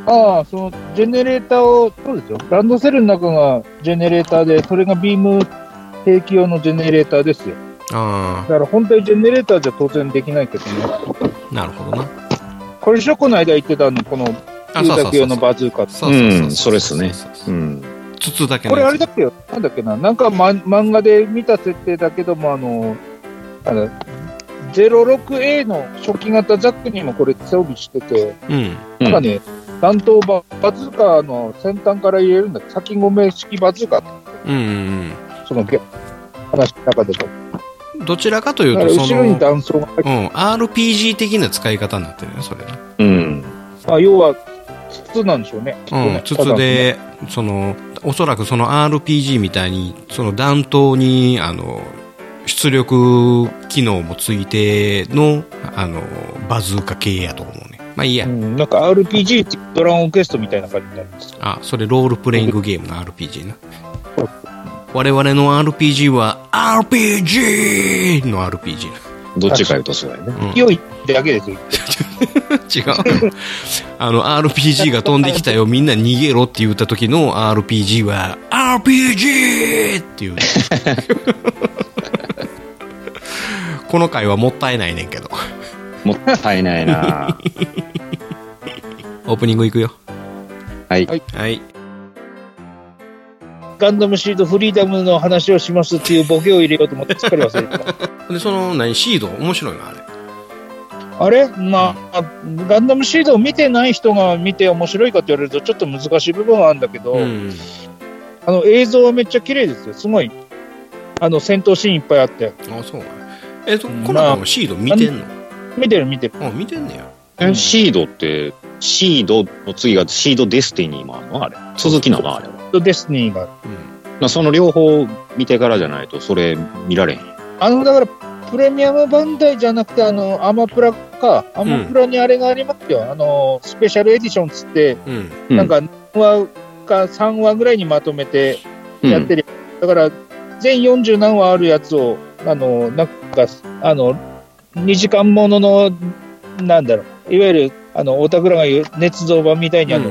Speaker 3: ああ、そのジェネレーターを、そうですよ。ランドセルの中がジェネレーターで、それがビーム兵器用のジェネレーターですよ。
Speaker 1: あ
Speaker 3: だから本当にジェネレーターじゃ当然できないけどね。
Speaker 1: あ、なるほどな。
Speaker 3: これでしょ、この間言ってたの、この、
Speaker 1: あ、
Speaker 3: ユ
Speaker 1: そう
Speaker 3: ー
Speaker 1: そ
Speaker 3: タ
Speaker 1: う
Speaker 3: ク
Speaker 1: そ
Speaker 3: 用
Speaker 1: う
Speaker 3: の
Speaker 1: そう。
Speaker 3: バズーカって
Speaker 1: そうそうそう。
Speaker 2: うんそれっ
Speaker 1: す
Speaker 2: う。ん。
Speaker 1: 筒だけの
Speaker 3: これあれ
Speaker 1: やつ
Speaker 3: だっけよ、なんだっけな、なんか、ま、漫画で見た設定だけども、あの、あの、06A の初期型ザックにもこれ装備してて、
Speaker 1: うん。
Speaker 2: うん
Speaker 3: なんかね、弾頭ババズーカの先端から入れるんだ先込め式バズーカ
Speaker 1: うんうん
Speaker 3: そのゲ話の中でも。
Speaker 1: うん。どちらかという
Speaker 3: だ
Speaker 1: と、
Speaker 3: から
Speaker 1: そ
Speaker 3: 後ろに
Speaker 1: の、
Speaker 3: 断層が入っ
Speaker 1: うん、RPG 的な使い方になってるね、それね。
Speaker 2: うん。
Speaker 3: て、あ要は筒なんでしょうね。
Speaker 1: うん、
Speaker 3: きっとね
Speaker 1: 筒。で、その、おそらくその RPG みたいに、その弾頭に、あの、出力機能もついての、あの、バズーカ系やと思うね。まあいいや。
Speaker 3: ただうん、なんか RPG ってドラゴンオーケストみたいな感じになるんです
Speaker 1: あ、それロールプレイングゲームの RPG な。我々の RPG は RPG の RPG な。
Speaker 2: どっちか言うとそうやね。
Speaker 1: うん、違う。
Speaker 3: 勢いだけですよ。
Speaker 1: [laughs] あの RPG が飛んできたよ、みんな逃げろって言った時の RPG は RPG っていう。 [laughs] この回はもったいないねんけど。
Speaker 2: もったいな
Speaker 1: [laughs]
Speaker 2: いな
Speaker 1: オープニングいくよ。
Speaker 2: はい。
Speaker 1: はい。
Speaker 3: ガンダムシードフリーダムの話をしますっていうボケを入れようと思ってすっかり忘れてた。
Speaker 1: で、その、何、シード面白いな、あれ。
Speaker 3: [laughs] あれまあ、ガンダムシードを見てない人が見て面白いかって言われるとちょっと難しい部分はあるんだけど、
Speaker 1: うん。
Speaker 3: あの映像はめっちゃ綺麗ですよ。すごい。あの戦闘シーンいっぱいあって。
Speaker 1: あ、そうなんやえ、そコナタもシード見てんの
Speaker 3: 見てる見てる。
Speaker 1: あ、見てんねや。
Speaker 2: えシードって、シードの次がシードデスティニーもあるのあれ。続きなのあれは。
Speaker 3: デスティニーがある。
Speaker 1: うん。
Speaker 2: なその両方見てからじゃないと、それ見られへん。
Speaker 3: あの、だから、プレミアムバンダイじゃなくて、あの、アマプラか。アマプラにあれがありますよ。あの、スペシャルエディションつって、
Speaker 1: うん。
Speaker 2: うん
Speaker 3: なんか、2話か3話ぐらいにまとめてやってる。だから、全40何話あるやつを、あの、なんか、あの、2時間ものの、なんだろう、いわゆる、あの、オタクらが言う、捏造版みたいにあの、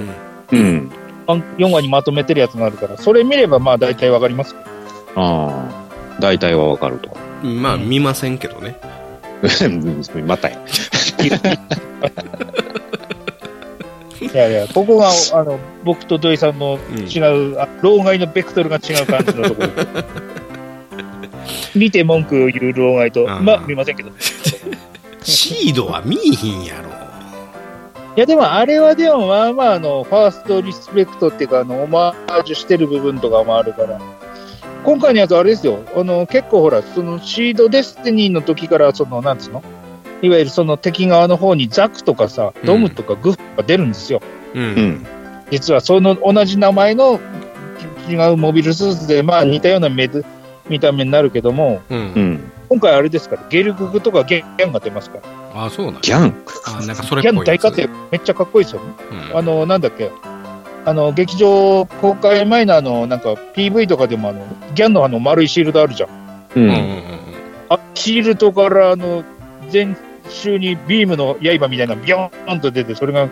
Speaker 2: うん。うん。
Speaker 3: 4話にまとめてるやつがあるから、それ見れば、まあ、大体わかりますけど。
Speaker 2: ああ。大体はわかると。 [laughs]
Speaker 1: うんまあ、見ませんけどね。
Speaker 2: またや。
Speaker 3: いやいや、ここが、あの、僕と土井さんの
Speaker 1: うん
Speaker 3: 違う、あ老害のベクトルが違う感じのところ。見て文句を言う老害と、
Speaker 1: あー
Speaker 3: まあ見ませんけど。い
Speaker 1: シードは見えへんやろ。
Speaker 3: やでもあれはでもまあまああの、ファーストリスペクトっていうか、あの、オマージュしてる部分とかもあるから。今回のやつあれですよ、あの、結構ほら、そのシードデスティニーの時から、その、なんつうのいわゆるその敵側の方にザクとかさ、ドムとかグフとか出るんですよ。
Speaker 1: う。
Speaker 2: うんん。
Speaker 3: 実はその同じ名前の違うモビルスーツで、まあ似たような目で見た目になるけども、
Speaker 1: う。
Speaker 2: うんん。
Speaker 3: 今回あれですから、ゲルググとかゲンが出ますから、
Speaker 1: あ、そうなん
Speaker 2: ギ
Speaker 1: や。
Speaker 2: ャン。
Speaker 1: あ、なんかそれ
Speaker 3: ギ
Speaker 1: っ
Speaker 3: ャ
Speaker 1: ぽ
Speaker 3: ン
Speaker 1: いや
Speaker 3: 大
Speaker 1: つ。
Speaker 3: 活躍、めっちゃかっこいいですよね。
Speaker 1: うん
Speaker 3: あの、なんだっけ、あの、劇場公開前のあの、なんか PV とかでもあの、ギャンのあの丸いシールドあるじゃん。
Speaker 2: う
Speaker 1: うんうん
Speaker 2: ん。
Speaker 3: あシールドからあの、全周にビームの刃みたいなのビョーンと出て、それが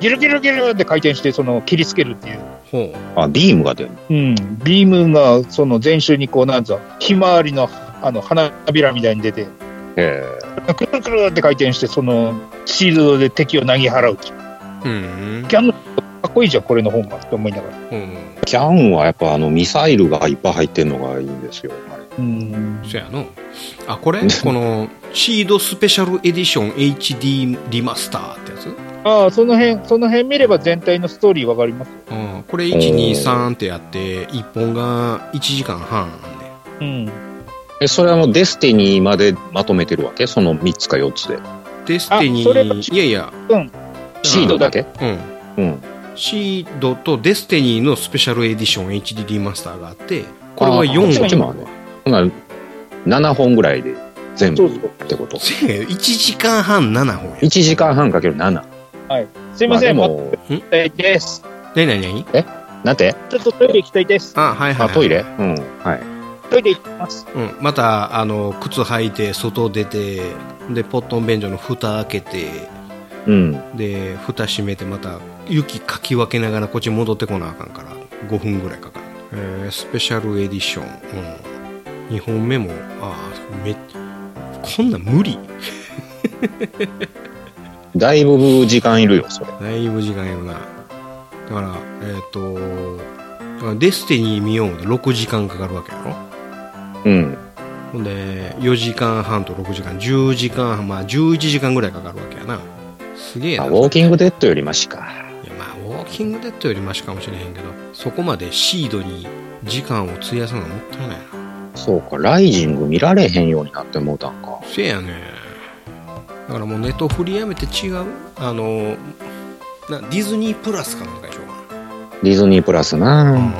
Speaker 3: ギルギルギルって回転して、その切りつけるっていう。
Speaker 1: うんうん。ほ
Speaker 2: あ、ビームが出る。
Speaker 3: うん、ビームがその全周にこうなんぞひまわりのあの花びらみたいに出て
Speaker 2: え
Speaker 3: くるくるって回転してそのシールドで敵を投げ払うっていう
Speaker 1: う。うん。
Speaker 3: ギャンのかっこいいじゃんこれの方がって思いながら
Speaker 1: うん
Speaker 2: ーギャンはやっぱあのミサイルがいっぱい入ってるのがいいんですよ。あれ
Speaker 3: うん。
Speaker 1: そやの。あ、これこの、シードスペシャルエディション HD リマスターってやつ
Speaker 3: ああ、その辺、その辺見れば全体のストーリーわかります。
Speaker 1: うん。これ1、2、3ってやって、1本が1時間半あんねん
Speaker 3: うん。
Speaker 2: え、それはもうデスティニーまでまとめてるわけその3つか4つで。
Speaker 1: デスティニ
Speaker 3: あそれは
Speaker 1: ー、いやいや、
Speaker 2: シードだけ
Speaker 1: うん。
Speaker 2: うん。
Speaker 1: シードとデスティニーのスペシャルエディション HD リマスターがあって、これ
Speaker 2: あ
Speaker 1: は
Speaker 2: ーこっち
Speaker 1: 4
Speaker 2: もあ
Speaker 1: 本
Speaker 2: る。ね。ほんなら、7本ぐらいで全部ってこと。
Speaker 1: せや1時間半7本や
Speaker 2: 1。時間半かける7。
Speaker 3: すいません、
Speaker 2: まあ
Speaker 3: 待
Speaker 2: で
Speaker 3: っ
Speaker 2: も、
Speaker 3: たいです。
Speaker 1: なになになに
Speaker 2: なんて
Speaker 3: ちょっとトイレ行きたいです。
Speaker 1: あ、はいはい、
Speaker 2: あ、
Speaker 1: はい。
Speaker 2: トイレうん。はい。
Speaker 3: トイレ行きます。
Speaker 1: うん。また、あの、靴履いて、外出て、で、ポットン便所の蓋開けて、
Speaker 2: うん。
Speaker 1: で蓋閉めてまた雪かき分けながらこっち戻ってこなあかんから5分ぐらいかかる、えースペシャルエディション、うん、2本目もああめこんなん無理
Speaker 2: だいぶ時間いるよ、それ。
Speaker 1: だいぶ時間やるなだからえっ、とだからデスティニー見ようまで6時間かかるわけやろ
Speaker 2: うん。
Speaker 1: ほんで4時間半と6時間10時間半まあ11時間ぐらいかかるわけやなすげえ
Speaker 2: あ
Speaker 1: な
Speaker 2: ウォーキングデッドよりマシか。
Speaker 1: いやまあウォーキングデッドよりマシかもしれへんけどそこまでシードに時間を費やすのはもったいないな
Speaker 2: そうか、ライジング見られへんようになってもうたんか。
Speaker 1: せやねだからもうネット振りやめて違うあのなディズニープラスかなんかでしょうか
Speaker 2: ディズニープラス
Speaker 1: な、
Speaker 2: な、
Speaker 1: うん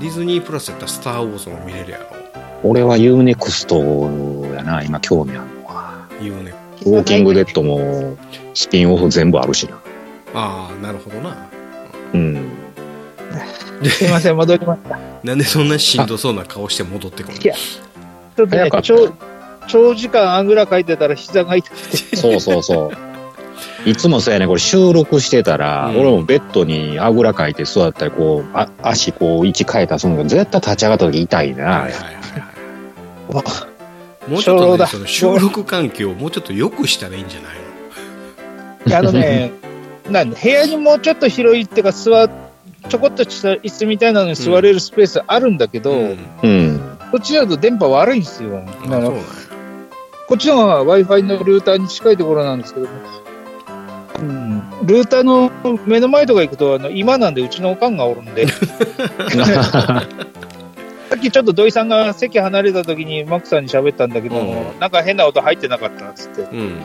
Speaker 1: ディズニープラスやったら「スター・ウォーズ」も見れるやろ
Speaker 2: 俺は UNEXT やな、今興味あるのは。
Speaker 1: 言うね
Speaker 2: ウォーキングデッドもスピンオフ全部あるしな。
Speaker 1: ああなるほどな
Speaker 2: うん。
Speaker 3: すいません、戻りました。
Speaker 1: なんでそんなしんどそうな顔して戻ってこない
Speaker 3: いやちょっと
Speaker 2: 早
Speaker 3: ね
Speaker 2: かっ、た
Speaker 3: 長長時間あぐらかいてたら膝が痛くて。
Speaker 2: そうそう
Speaker 3: [laughs]
Speaker 2: そう。いつもそうやね、これ収録してたら、
Speaker 1: うん
Speaker 2: 俺もベッドにあぐらかいて座ったり、こう、あ足こう位置変えたらするのが絶対立ち上がった時痛いな
Speaker 1: はい。はいはいは
Speaker 2: わ
Speaker 1: いもうちょっ
Speaker 3: ちょ
Speaker 1: と
Speaker 3: う
Speaker 1: ね
Speaker 3: ど
Speaker 1: その収録環境をもうちょっと良くしたらいいんじゃないの
Speaker 2: [laughs]
Speaker 3: あのね、なんで部屋にもうちょっと広いっていうか、座、ちょこっとした椅子みたいなのに座れるスペースあるんだけど、
Speaker 1: うん
Speaker 2: うん。
Speaker 3: こっちだと電波悪いんですよ。
Speaker 1: あそう
Speaker 3: だ
Speaker 1: な
Speaker 3: から
Speaker 1: んや
Speaker 3: こっちの方が Wi-Fi のルーターに近いところなんですけども、うん、ルーターの目の前とか行くと、あの今なんでうちのおかんがおるん [laughs] で、さっきちょっと土井さんが席離れた時にマックさんに喋ったんだけども、
Speaker 1: う
Speaker 3: なんか変な音入ってなかったっつって、
Speaker 1: うん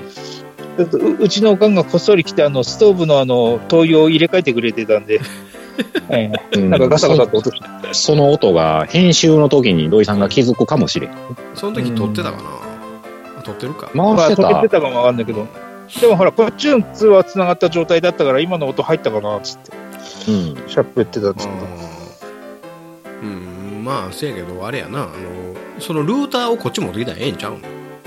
Speaker 3: ちょっとううちのおかんがこっそり来て、あのストーブのあの灯油を入れ替えてくれてたん [laughs] で、
Speaker 2: う
Speaker 3: ええ
Speaker 2: ん
Speaker 3: なんかガサガサって音して、
Speaker 2: そその音が編集の時に土井さんが気づくかもしれん。
Speaker 1: その時撮ってたかな、あ撮ってるか
Speaker 2: 回
Speaker 3: ま
Speaker 2: して
Speaker 3: あ、溶
Speaker 2: た
Speaker 3: けて。たかもわかんないけど、でもほら、こっちの通話つながった状態だったから、今の音入ったかなっつって、
Speaker 2: うん。
Speaker 3: シャープやってたんですけど。
Speaker 1: うんうんまあせやけどあれやなあのそのルーターをこっち持ってきたらええんちゃうの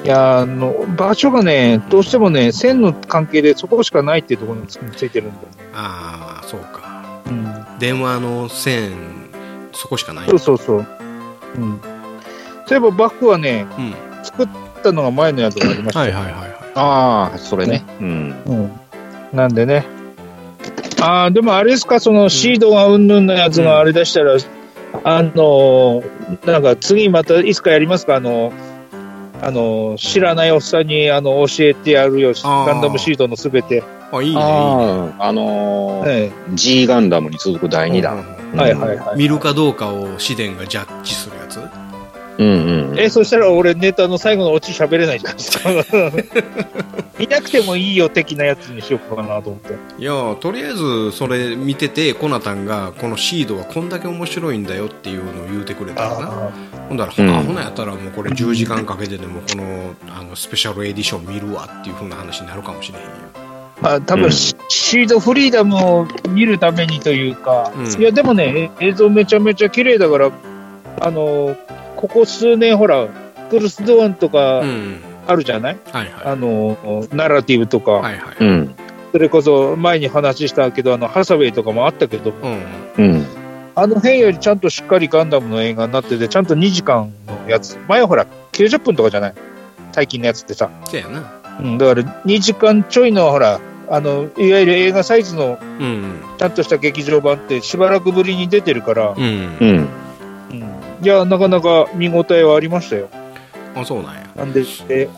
Speaker 3: いやーあの場所がね、どうしてもね、線の関係でそこしかないっていうところについてるんだよね。
Speaker 1: ああそうか
Speaker 3: うん、
Speaker 1: 電話の線そこしかない
Speaker 3: そうそうそう。うん、そういえばバッグはね、
Speaker 1: うんは
Speaker 3: 作ったのが前のやつがありました。
Speaker 1: いはいはいは
Speaker 2: ああ、それね。うん。
Speaker 3: うん、なんでね。ああ、でもあれですか、そのシードがうんぬんのやつがあれ出したら、あのーなんか次またいつかやりますか、あのあのー知らないおっさんにあの教えてやるよ、
Speaker 1: あー
Speaker 3: ガンダムシードのすべて。
Speaker 1: いあいいねいいね
Speaker 2: ああ、あのー、
Speaker 3: え
Speaker 2: G ガンダムに続く第2
Speaker 1: う
Speaker 2: 弾。
Speaker 1: ん
Speaker 3: えはいはいはい。
Speaker 1: 見るかどうかを紫電がジャッジするやつ
Speaker 2: うんうん。
Speaker 3: え、そしたら俺ネタの最後のオチ喋れないじゃないですか。 [laughs] いなくてもいいよ的なやつにしようかなと思って。
Speaker 1: いやとりあえずそれ見ててコナタンがこのシードはこんだけ面白いんだよっていうのを言うてくれたからなほんだら、ほ
Speaker 2: うん
Speaker 1: なほなやったらもうこれ10時間かけてでもこのあのスペシャルエディション見るわっていう風な話になるかもしれへんよ
Speaker 3: まあ多
Speaker 2: うん
Speaker 3: 分シシードフリーダムを見るためにというか、
Speaker 1: うん
Speaker 3: いやでもね、え映像めちゃめちゃ綺麗だから、あの、ここ数年ほら、クルスドーンと
Speaker 1: う
Speaker 3: か
Speaker 1: ん
Speaker 3: あるじゃない、
Speaker 1: はいは
Speaker 3: あの、ナラティブとか、
Speaker 1: いはいはい
Speaker 2: うん。
Speaker 3: それこそ前に話したけど、あの、ハサウェイとかもあったけど、
Speaker 1: うん
Speaker 2: うん。
Speaker 3: あの辺よりちゃんとしっかりガンダムの映画になってて、ちゃんと2時間のやつ。前はほら、90分とかじゃない最近のやつってさ。
Speaker 1: せやな
Speaker 3: うん、だから2時間ちょいのほら、あの、いわゆる映画サイズの
Speaker 1: うん
Speaker 3: ちゃんとした劇場版ってしばらくぶりに出てるから、
Speaker 1: うん
Speaker 2: うん。
Speaker 3: うんいや、なかなか見応えはありましたよ。
Speaker 1: あそうなんや
Speaker 3: なんでして、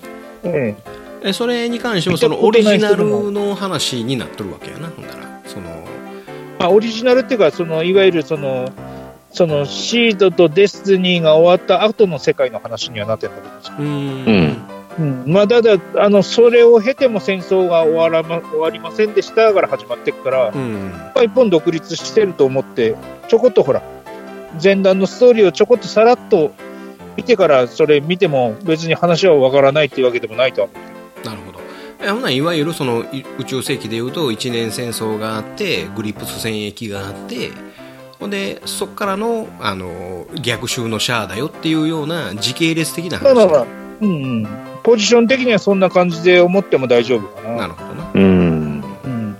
Speaker 3: え
Speaker 1: えそれに関してもそのオリジナルの話になっとるわけやなほんならその
Speaker 3: えまあ、オリジナルっていうか、その、いわゆるその、その、シードとデスティニーが終わった後の世界の話にはなってるんだけど
Speaker 1: うーん
Speaker 2: うん
Speaker 3: うん、まあ、ただあの、それを経ても戦争が終わらま終わりませんでしたから始まってくから、やっ
Speaker 1: うん
Speaker 3: ぱり一本独立してると思って、ちょこっとほら、前段のストーリーをちょこっとさらっと見てから、それ見ても別に話はわからないっていうわけでもないとは思
Speaker 1: なるほどえほんならいわゆるそのい宇宙世紀でいうと一年戦争があってグリプス戦役があってほんでそっからのあの逆襲のシャアだよっていうような時系列的な
Speaker 3: う。まあ
Speaker 1: 話
Speaker 3: まあまあ、うん、うん、ポジション的にはそんな感じで思っても大丈夫かな。
Speaker 1: なるほどな
Speaker 2: うん。
Speaker 3: うん、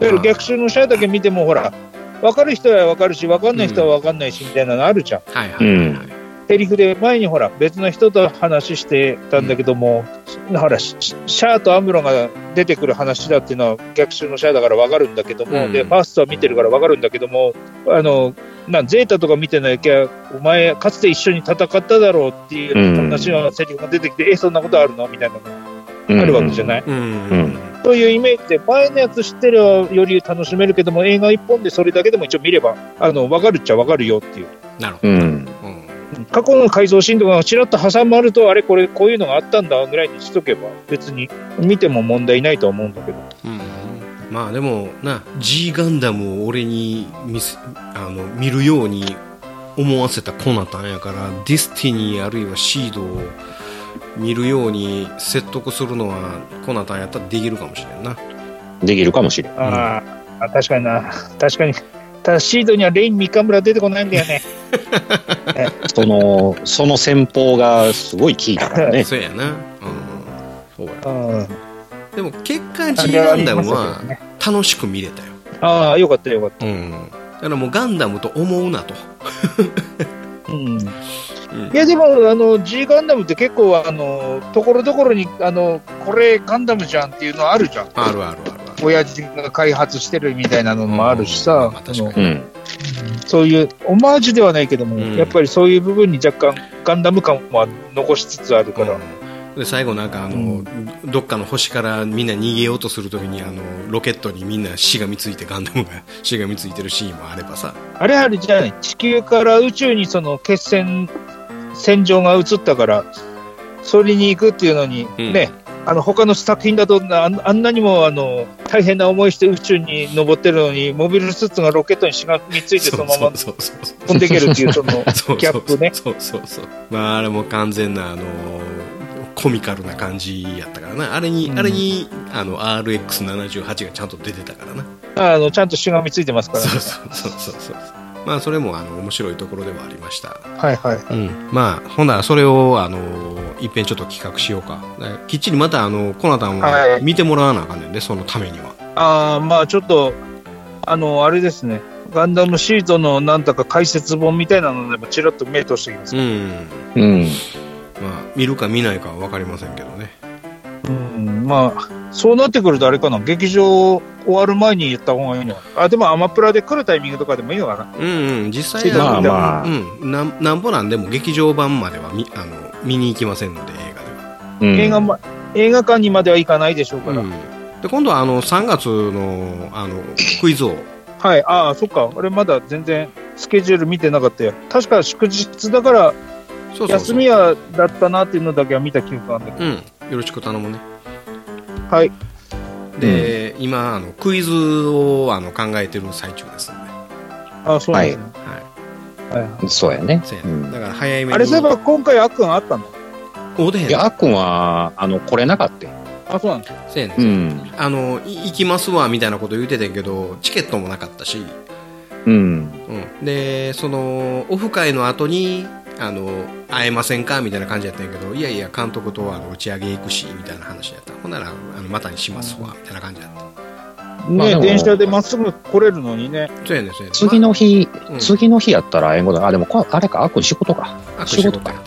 Speaker 3: だから逆襲のシャアだけ見ても、ほら、分かる人は分かるし、分かんない人は分かんないしみたいなのあるじゃん。
Speaker 1: はいはいはい、はい
Speaker 3: セリフで前にほら別の人と話してたんだけども、ほらシシャアとアムロが出てくる話だっていうのは逆襲のシャアだから分かるんだけども、
Speaker 1: うん
Speaker 3: でファーストは見てるから分かるんだけどもあのなんゼータとか見てなきゃお前かつて一緒に戦っただろうっていう話のセリフが出てきて、えそんなことあるのみたいなのが
Speaker 2: あ。
Speaker 3: あるわけじゃないい、
Speaker 1: うん
Speaker 2: うん
Speaker 3: というイメージで前のやつ知ってればより楽しめるけども映画一本でそれだけでも一応見ればあの分かるっちゃ分かるよっていう。
Speaker 1: なるほ
Speaker 2: う
Speaker 1: ど、
Speaker 2: ん。
Speaker 1: うん
Speaker 3: 過去の改造シーンとかがちらっと挟まるとあれこれこういうのがあったんだぐらいにしとけば別に見ても問題ないとは思うんだけど
Speaker 1: うんまあでもな G ガンダムを俺に見せあの見るように思わせたコナタンやからディスティニーあるいはシードを見るように説得するのはコナタンやったらできるかもしれんな
Speaker 2: できるかもしれん。
Speaker 3: あーあ確かにな [laughs] 確かにただシードにはレイン三日村出てこないんだよね
Speaker 2: その、その戦法がすごい効いたから
Speaker 3: [laughs]
Speaker 2: ね。
Speaker 1: そうやな、うん、そうや
Speaker 3: うん
Speaker 1: でも結果 G ガンダムは楽しく見れたよ、
Speaker 3: ああよかったよかっ
Speaker 1: うん、だからもうガンダムと思うなと、
Speaker 3: た、うん、
Speaker 1: う
Speaker 3: い
Speaker 1: ん
Speaker 3: やでもあの G ガンダムって結構あのところどころにあのこれガンダムじゃんっていうのあるじゃん
Speaker 1: あるあるあるある
Speaker 3: 親父が開発してるみたいなのもあるしさ、
Speaker 1: うんまあ確かに
Speaker 3: あの
Speaker 2: うん。
Speaker 3: そういうオマージュではないけども、
Speaker 1: うん
Speaker 3: やっぱりそういう部分に若干ガンダム感は残しつつあるから、
Speaker 1: で最後なんかあの、どっかの星からみんな逃げようとするときにあのロケットにみんなしがみついてガンダムが [laughs] しがみついてるシーンもあればさ
Speaker 3: あれあれじゃない地球から宇宙にその決戦戦場が移ったからそれに行くっていうのに、
Speaker 1: うん
Speaker 3: ねあの他の作品だとあんあんなにもあの大変な思いして宇宙に登ってるのにモビルスーツがロケットにしがみついてそのまま
Speaker 1: そうそうそう
Speaker 3: 飛んでいけるっていうその
Speaker 1: [laughs] そう
Speaker 3: [laughs] ギャップね
Speaker 1: そうそうそうまああれも完全なあのコミカルな感じやったからなあれに、
Speaker 3: うん
Speaker 1: あれにあの RX78 がちゃんと出てたからな
Speaker 3: あのちゃんとしがみついてますから、
Speaker 1: そうそうそうそうそうまあそれもあの面白いところではありました
Speaker 3: はいはい
Speaker 1: うん、まあほんならそれをあのいっぺんちょっと企画しようかだからきっちりまたあのコナタン
Speaker 3: は
Speaker 1: はい見てもらわなあかんねんでそのためには
Speaker 3: ああ、まあちょっと、あの、あれですね。ガンダムシートのなんだか解説本みたいなのでもちらっと目通してきます
Speaker 1: う。ん
Speaker 2: うん。
Speaker 1: まあ見るか見ないかは分かりませんけどね
Speaker 3: うん、まあ、そうなってくるとあれかな。劇場終わる前に言った方がいいのかなあ、でもアマプラで来るタイミングとかでもいいのかな。
Speaker 1: うんうん実際
Speaker 2: ま
Speaker 1: あ
Speaker 2: あ
Speaker 1: の、
Speaker 2: まあ。
Speaker 1: うん、なんなんぼなんでも劇場版までは見あの見に行きませんので映画では
Speaker 2: うん
Speaker 3: 映画、ま、映画館にまでは行かないでしょうか
Speaker 1: う
Speaker 3: ら。
Speaker 1: んで今度はあの3月のあのクイズ王
Speaker 3: はい。ああ、そっか。俺まだ全然スケジュール見てなかったよ。確か祝日だから、
Speaker 1: そうそうそう
Speaker 3: 休みはだったなっていうのだけは見た記憶があるんだけ
Speaker 1: うんよろしく頼むね
Speaker 3: ど。はい。
Speaker 1: で、今あのクイズをあの考えてる最中ですんで
Speaker 3: ああ、そうなんですね。
Speaker 1: はい
Speaker 3: はい
Speaker 2: そうやね。
Speaker 1: そうや
Speaker 2: う
Speaker 1: ね
Speaker 2: ん
Speaker 1: だから早めに
Speaker 3: あれそういえば今回あっくんあったの
Speaker 1: おでへん
Speaker 2: いや、あっくんは、あの、来れなかったよ
Speaker 3: あ、そうなんだ。
Speaker 1: そうやねん
Speaker 2: うん。
Speaker 1: あのい行きますわみたいなこと言うてたんやけどチケットもなかったし、
Speaker 2: うん。
Speaker 1: うん、でそのオフ会の後にあの会えませんかみたいな感じやったんやけどいやいや監督とはあの打ち上げ行くしみたいな話やったほんならあのまたにしますわみたいな感じやった
Speaker 2: まあで
Speaker 3: ね、
Speaker 2: も
Speaker 3: 電車でまっすぐ来れるのにね。
Speaker 1: そうやねんそうやねん
Speaker 2: 次の日、
Speaker 1: まあうん
Speaker 2: 次の日やったら英語だ。あ、でもこ、あれか、あっくん仕事か。
Speaker 1: あ
Speaker 2: 仕事
Speaker 1: か
Speaker 2: か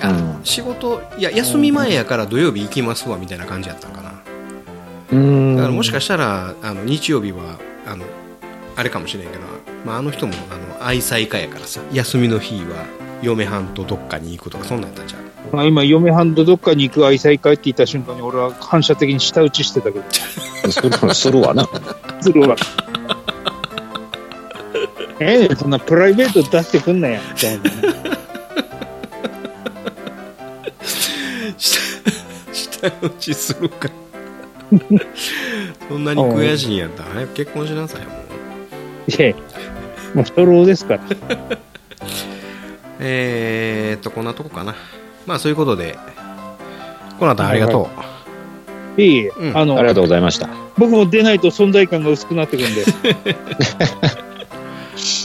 Speaker 1: いや、
Speaker 2: うん
Speaker 1: 仕事いや休み前やから土曜日行きますわみたいな感じやったんかな
Speaker 2: うん。
Speaker 1: だからもしかしたらあの日曜日はあのあれかもしれんけど、まあ、あの人もあの愛妻家やからさ休みの日は嫁はんとどっかに行くとかそんなんやったんちゃう
Speaker 3: [laughs] まあ、今、嫁はんとどっかに行く愛妻会って言った瞬間に、俺は反射的に舌打ちしてたけど、
Speaker 2: するする
Speaker 1: [laughs]
Speaker 2: わな。
Speaker 3: するわ。 [laughs] ええねんそんなプライベート出してくんなや、みたいな。
Speaker 1: 下打ちするかそんなに悔しいんやったら早く結婚しなさいもう
Speaker 3: いやいやもう初老ですから。
Speaker 1: えー、っとこんなとこかなまあそういうことでこのたありがとう、
Speaker 3: いえいえ、
Speaker 1: うん
Speaker 3: あ
Speaker 2: あ
Speaker 3: の
Speaker 2: り、がとうございました。
Speaker 3: 僕も出ないと存在感が薄くなってくるんで、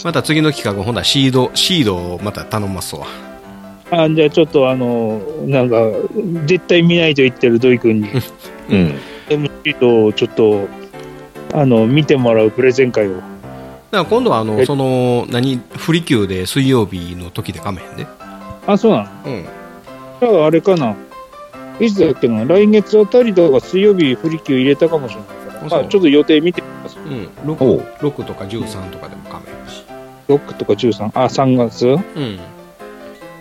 Speaker 1: また次の企画ほんだらシードシードをまた頼ますわ
Speaker 3: あじゃあちょっとあの、なんか、絶対見ないと言ってる土井 [laughs] 君に、
Speaker 2: うん。
Speaker 3: MC とちょっと、あの、見てもらうプレゼン会を。
Speaker 1: だから今度はあの
Speaker 3: え
Speaker 1: その何不利休で水曜日の時でかめへんで
Speaker 3: あ、そうな
Speaker 1: う
Speaker 3: の
Speaker 1: ん
Speaker 3: じゃああれかな。いつだっけな、来月あたりとか水曜日、不利休入れたかもしれないから、
Speaker 1: あ
Speaker 3: ま
Speaker 1: そう
Speaker 3: あ、ちょっと予定見てみます。
Speaker 1: うん
Speaker 2: お
Speaker 1: 6,
Speaker 2: う
Speaker 1: 6とか13とかでもかめへんし
Speaker 3: 6とか13、あ、3月
Speaker 1: うん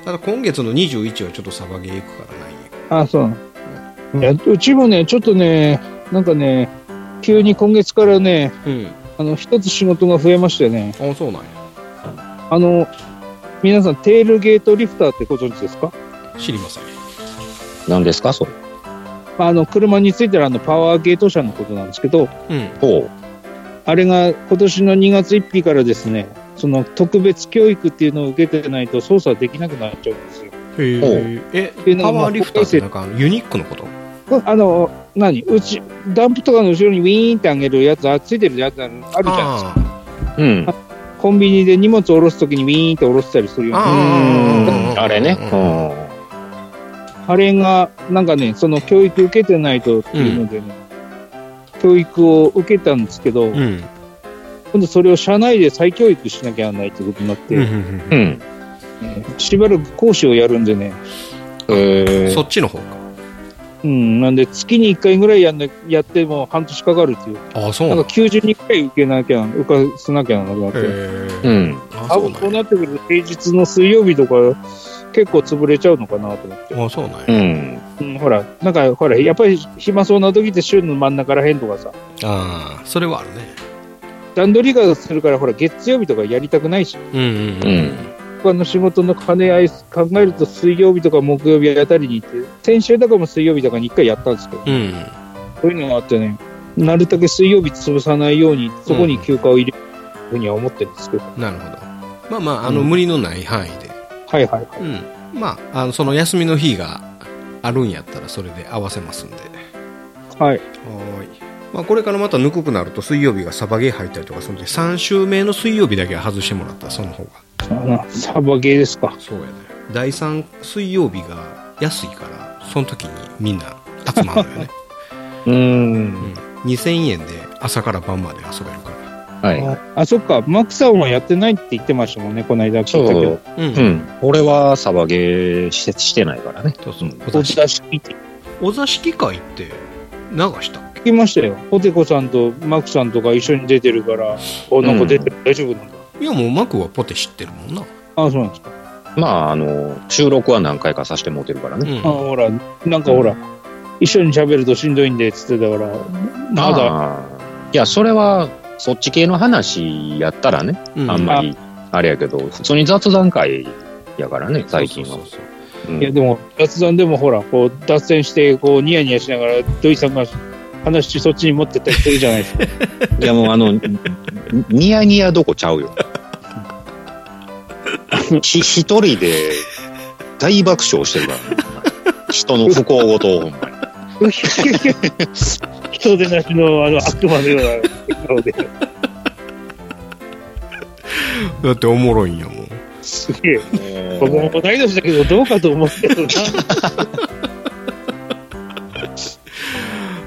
Speaker 1: ただ今月の21はちょっとサバゲー行くからないんや
Speaker 3: あ、そうなの。いや、うちもね、ちょっとね、なんかね、急に今月からね、
Speaker 1: うん
Speaker 3: あの、一つ仕事が増えましてね、
Speaker 1: あそうなんや
Speaker 3: あの、皆さん、テールゲートリフターってご存知ですか
Speaker 1: 知りません
Speaker 2: 何ですか、それ。
Speaker 3: あの、車についてるあの、パワーゲート車のことなんですけど、
Speaker 1: うん
Speaker 2: ほう。
Speaker 3: あれが今年の2月1日からですね、その特別教育っていうのを受けてないと操作できなくなっちゃうんですよ。
Speaker 1: へー
Speaker 3: てい
Speaker 1: え
Speaker 3: うの
Speaker 1: パ
Speaker 3: がまあ
Speaker 1: ワーリフターってなんかあのユニックのこと
Speaker 3: あの、何うち、ダンプとかの後ろにウィーンってあげるやつ、あついてるやつあるあるじゃないですか。
Speaker 1: あ
Speaker 2: うん。
Speaker 3: コンビニで荷物下ろすときにウィーンって下ろしたりす
Speaker 1: ー
Speaker 3: るような。
Speaker 1: あー
Speaker 2: あれね。う
Speaker 3: あれが、なんかね、その教育受けてないとっていうのでね、教育を受けたんですけど、
Speaker 1: うんうん
Speaker 3: 今度それを社内で再教育しなきゃならないってことになって、
Speaker 1: うんうん
Speaker 2: ん。うん。
Speaker 3: しばらく講師をやるんでね、
Speaker 1: うん
Speaker 2: え
Speaker 1: そっちの方か
Speaker 3: うん、なんで月に1回ぐらいやんなやっても半年かかるっていう、
Speaker 1: あそう
Speaker 3: な
Speaker 1: なんん
Speaker 3: か
Speaker 1: だ
Speaker 3: 90日くらい受けなきゃ、受かせなきゃならなく
Speaker 1: へ
Speaker 3: なっ
Speaker 1: ー
Speaker 3: て、
Speaker 2: うん。
Speaker 1: あ
Speaker 3: 多
Speaker 1: そう
Speaker 3: 分
Speaker 1: な
Speaker 3: こうん
Speaker 1: や
Speaker 3: なってくると平日の水曜日とか、結構潰れちゃうのかなと思って、
Speaker 1: あそうなん
Speaker 2: う
Speaker 1: や
Speaker 2: ん。
Speaker 3: うん、ほら、なんかほら、やっぱり暇そうな時って週の真ん中らへんとかさ、
Speaker 1: ああそれはあるね
Speaker 3: 段取りがするから、ほら、月曜日とかやりたくないし、
Speaker 1: うんうん
Speaker 2: うん
Speaker 3: 他の仕事の兼ね合い考えると、水曜日とか木曜日あたりに行って、先週だからも水曜日とかに1回やったんですけど、
Speaker 1: うんうん
Speaker 3: そういうのがあってね、なるだけ水曜日潰さないように、そこに休暇を入れるふうには思ってるんですけど、
Speaker 1: なるほどまあまああの無理のない範囲で
Speaker 3: はいはいはい。
Speaker 1: うんまああのその休みの日があるんやったらそれで合わせますんでは
Speaker 3: は
Speaker 1: ー
Speaker 3: い、
Speaker 1: いまあ、これからまたぬくくなると水曜日がサバゲー入ったりとかするんで3週目の水曜日だけは外してもらったらその方が
Speaker 3: あのサバゲーですか。
Speaker 1: そうやね第3水曜日が安いからその時にみんな集まるよね、
Speaker 2: うん。
Speaker 1: [laughs] うん、2000円で朝から晩まで遊べるから
Speaker 2: はい。
Speaker 3: あ、そっか、マックさんはやってないって言ってましたもんね、この間聞いたけ
Speaker 2: そ
Speaker 3: ど
Speaker 2: う。。
Speaker 1: うん
Speaker 2: うん。俺はサバゲーしてしてないからね。
Speaker 1: そうそうお
Speaker 3: お
Speaker 1: 座
Speaker 3: 出
Speaker 1: 敷
Speaker 3: し聞いて
Speaker 1: お座敷会って流したっけ
Speaker 3: 聞きましたよ。ポテコさんとマックさんとか一緒に出てるから、お、なんか出てる、大丈夫なんだ。
Speaker 1: いやもうマクはポテ知ってるもんな、
Speaker 3: あ、そうなんですか。
Speaker 2: まあ、あの、収録は何回かさせてもうてるから
Speaker 1: うん
Speaker 2: ね。
Speaker 3: あ、ほら、なんかほら、一緒に喋るとしんどいんで、つってたから、まだ、
Speaker 2: あー。いや、それは、そっち系の話やったらね、
Speaker 1: うん
Speaker 2: あんまり、あれやけど、普通に雑談会やからね、最近は
Speaker 1: そう。そうそう
Speaker 2: うん
Speaker 3: いやでも、雑談でもほら、こう、脱線して、こう、ニヤニヤしながら、土井さんが話そっちに持ってったりするじゃないですか。
Speaker 2: いやもうあの、ニヤニヤどこちゃ [laughs] うよ。ひ一人で大爆笑してるから、ね、人の不幸事をほんまに。
Speaker 3: 人でなしの、あの、悪魔のような顔 [laughs] で、
Speaker 1: そうだっておもろいんやもん
Speaker 3: すげえ。僕も同い年だけど、どうかと思ってるな。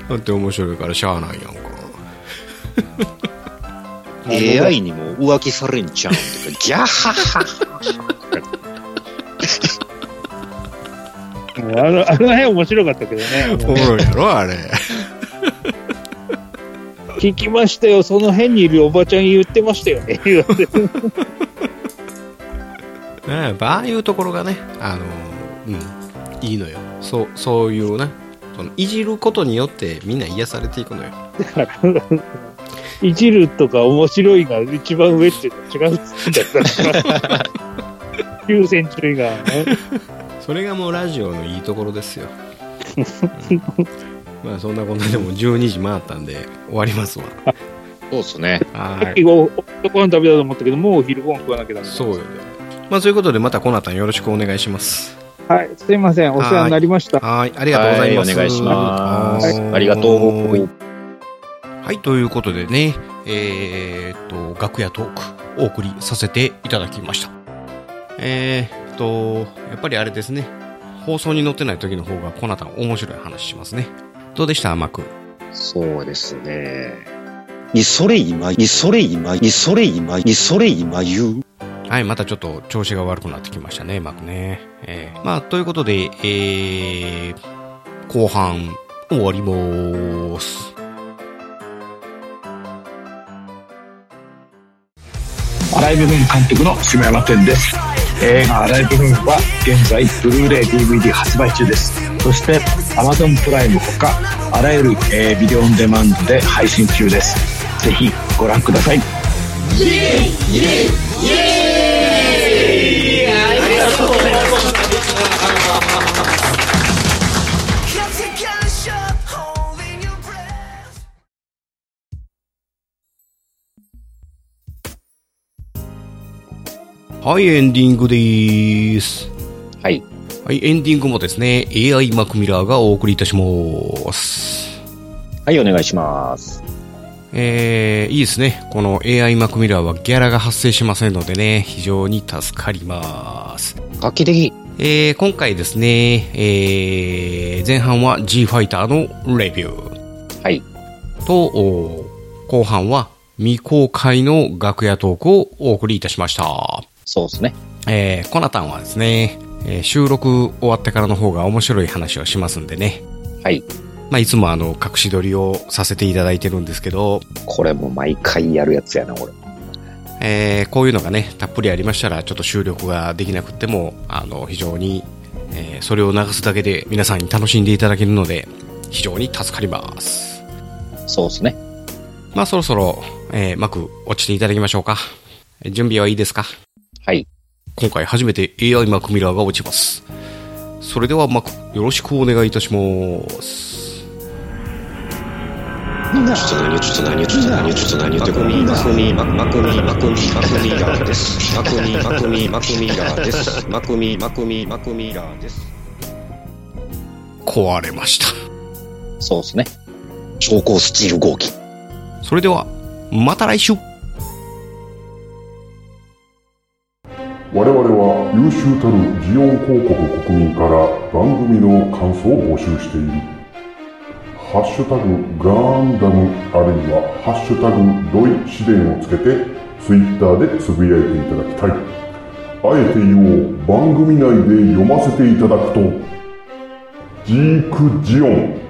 Speaker 1: だって面白いからしゃあないやんか
Speaker 2: AI にも浮気されんちゃうんとか、ギャッハッハ
Speaker 3: あの、
Speaker 1: [laughs]
Speaker 3: あの辺面白かったけど
Speaker 1: おも
Speaker 3: ね。
Speaker 1: ろいやろあれ
Speaker 3: 聞きましたよ、その辺にいるおばちゃん言ってましたよね。言われて
Speaker 1: ねやっぱああいうところがね、あのうん、いいのよそうそういうねそのいじることによってみんな癒されていくのよ
Speaker 3: いじるとか面白いが一番上っていうのは違うっつってた [laughs] から。9センチ以外はね。
Speaker 1: それがもうラジオのいいところですよ、 [laughs] うんまあそんなこんなでも12時回ったんで終わりますわ
Speaker 2: そうっすね。
Speaker 1: は
Speaker 3: さっ
Speaker 1: い
Speaker 3: きお昼ご飯食べたと思ったけど、もうお昼ご飯食わなきゃだめ。
Speaker 1: そうよね。まあ、そういうことで、またコナタンよろしくお願いします。
Speaker 3: はい、すいません。お世話になりました。
Speaker 1: はい、ありがとうございます。
Speaker 2: はいお願いします
Speaker 1: はい
Speaker 2: ありがとう。
Speaker 1: はい、ということでね、えーっと、楽屋トーク、お送りさせていただきました。えーっと、やっぱりあれですね、放送に載ってない時の方が、コナタン面白い話しますね。どうでした、甘くん。
Speaker 2: そうですね。いそれ今、いそれ今、いそれ今、いそれ今言う。
Speaker 1: はい、またちょっと調子が悪くなってきましたね、うまくね。えーまあ、ということで、えー、後半、終わりまーす。
Speaker 7: アライブムーン監督の杉山天です映画「アライブムーン」は現在ブルーレイ DVD 発売中ですそして Amazon プライムほかあらゆる、えービデオオンデマンドで配信中ですぜひご覧ください
Speaker 1: はい、エンディングでーす。
Speaker 2: はい。
Speaker 1: はい、エンディングもですね、AI マクミラーがお送りいたします。
Speaker 2: はい、お願いします。
Speaker 1: えー、いいですね。この AI マクミラーはギャラが発生しませんのでね、非常に助かります。
Speaker 2: 画期的。
Speaker 1: えー今回ですね、えー前半は G ファイターのレビュー
Speaker 2: はい。
Speaker 1: と、お後半は未公開の楽屋トークをお送りいたしました。
Speaker 2: そうですね。
Speaker 1: えーコナタンはですね、えー収録終わってからの方が面白い話をしますんでね。
Speaker 2: はい。
Speaker 1: まあ、いつもあの、隠し撮りをさせていただいてるんですけど、
Speaker 2: これも毎回やるやつやな、俺。
Speaker 1: えーこういうのがね、たっぷりありましたら、ちょっと収録ができなくっても、あの、非常に、えーそれを流すだけで皆さんに楽しんでいただけるので、非常に助かります。
Speaker 2: そうですね。
Speaker 1: まあ、そろそろ、えー、幕落ちていただきましょうか。えー準備はいいですか
Speaker 2: はい。
Speaker 1: 今回初めて AI マクミラーが落ちます。それではマク、よろしくお願いいたします。
Speaker 2: ちょっと何ちょっと何ちょっと何ちょっと何言ってこない。マクミ、マクミ、マクミ、マクミラーです。マクミ、マクミ、マクミラーです。マクミ、マクミ、マクミラーです。
Speaker 1: 壊れました。
Speaker 2: そうですね。超高スチール合金。
Speaker 1: それでは、また来週
Speaker 5: 我々は優秀たるジオン広告国民から番組の感想を募集している「ハッシュタグガンダム」あるいは「ハッシュタグロイ試練」をつけてツイッターでつぶやいていただきたいあえて言おう番組内で読ませていただくとジークジオン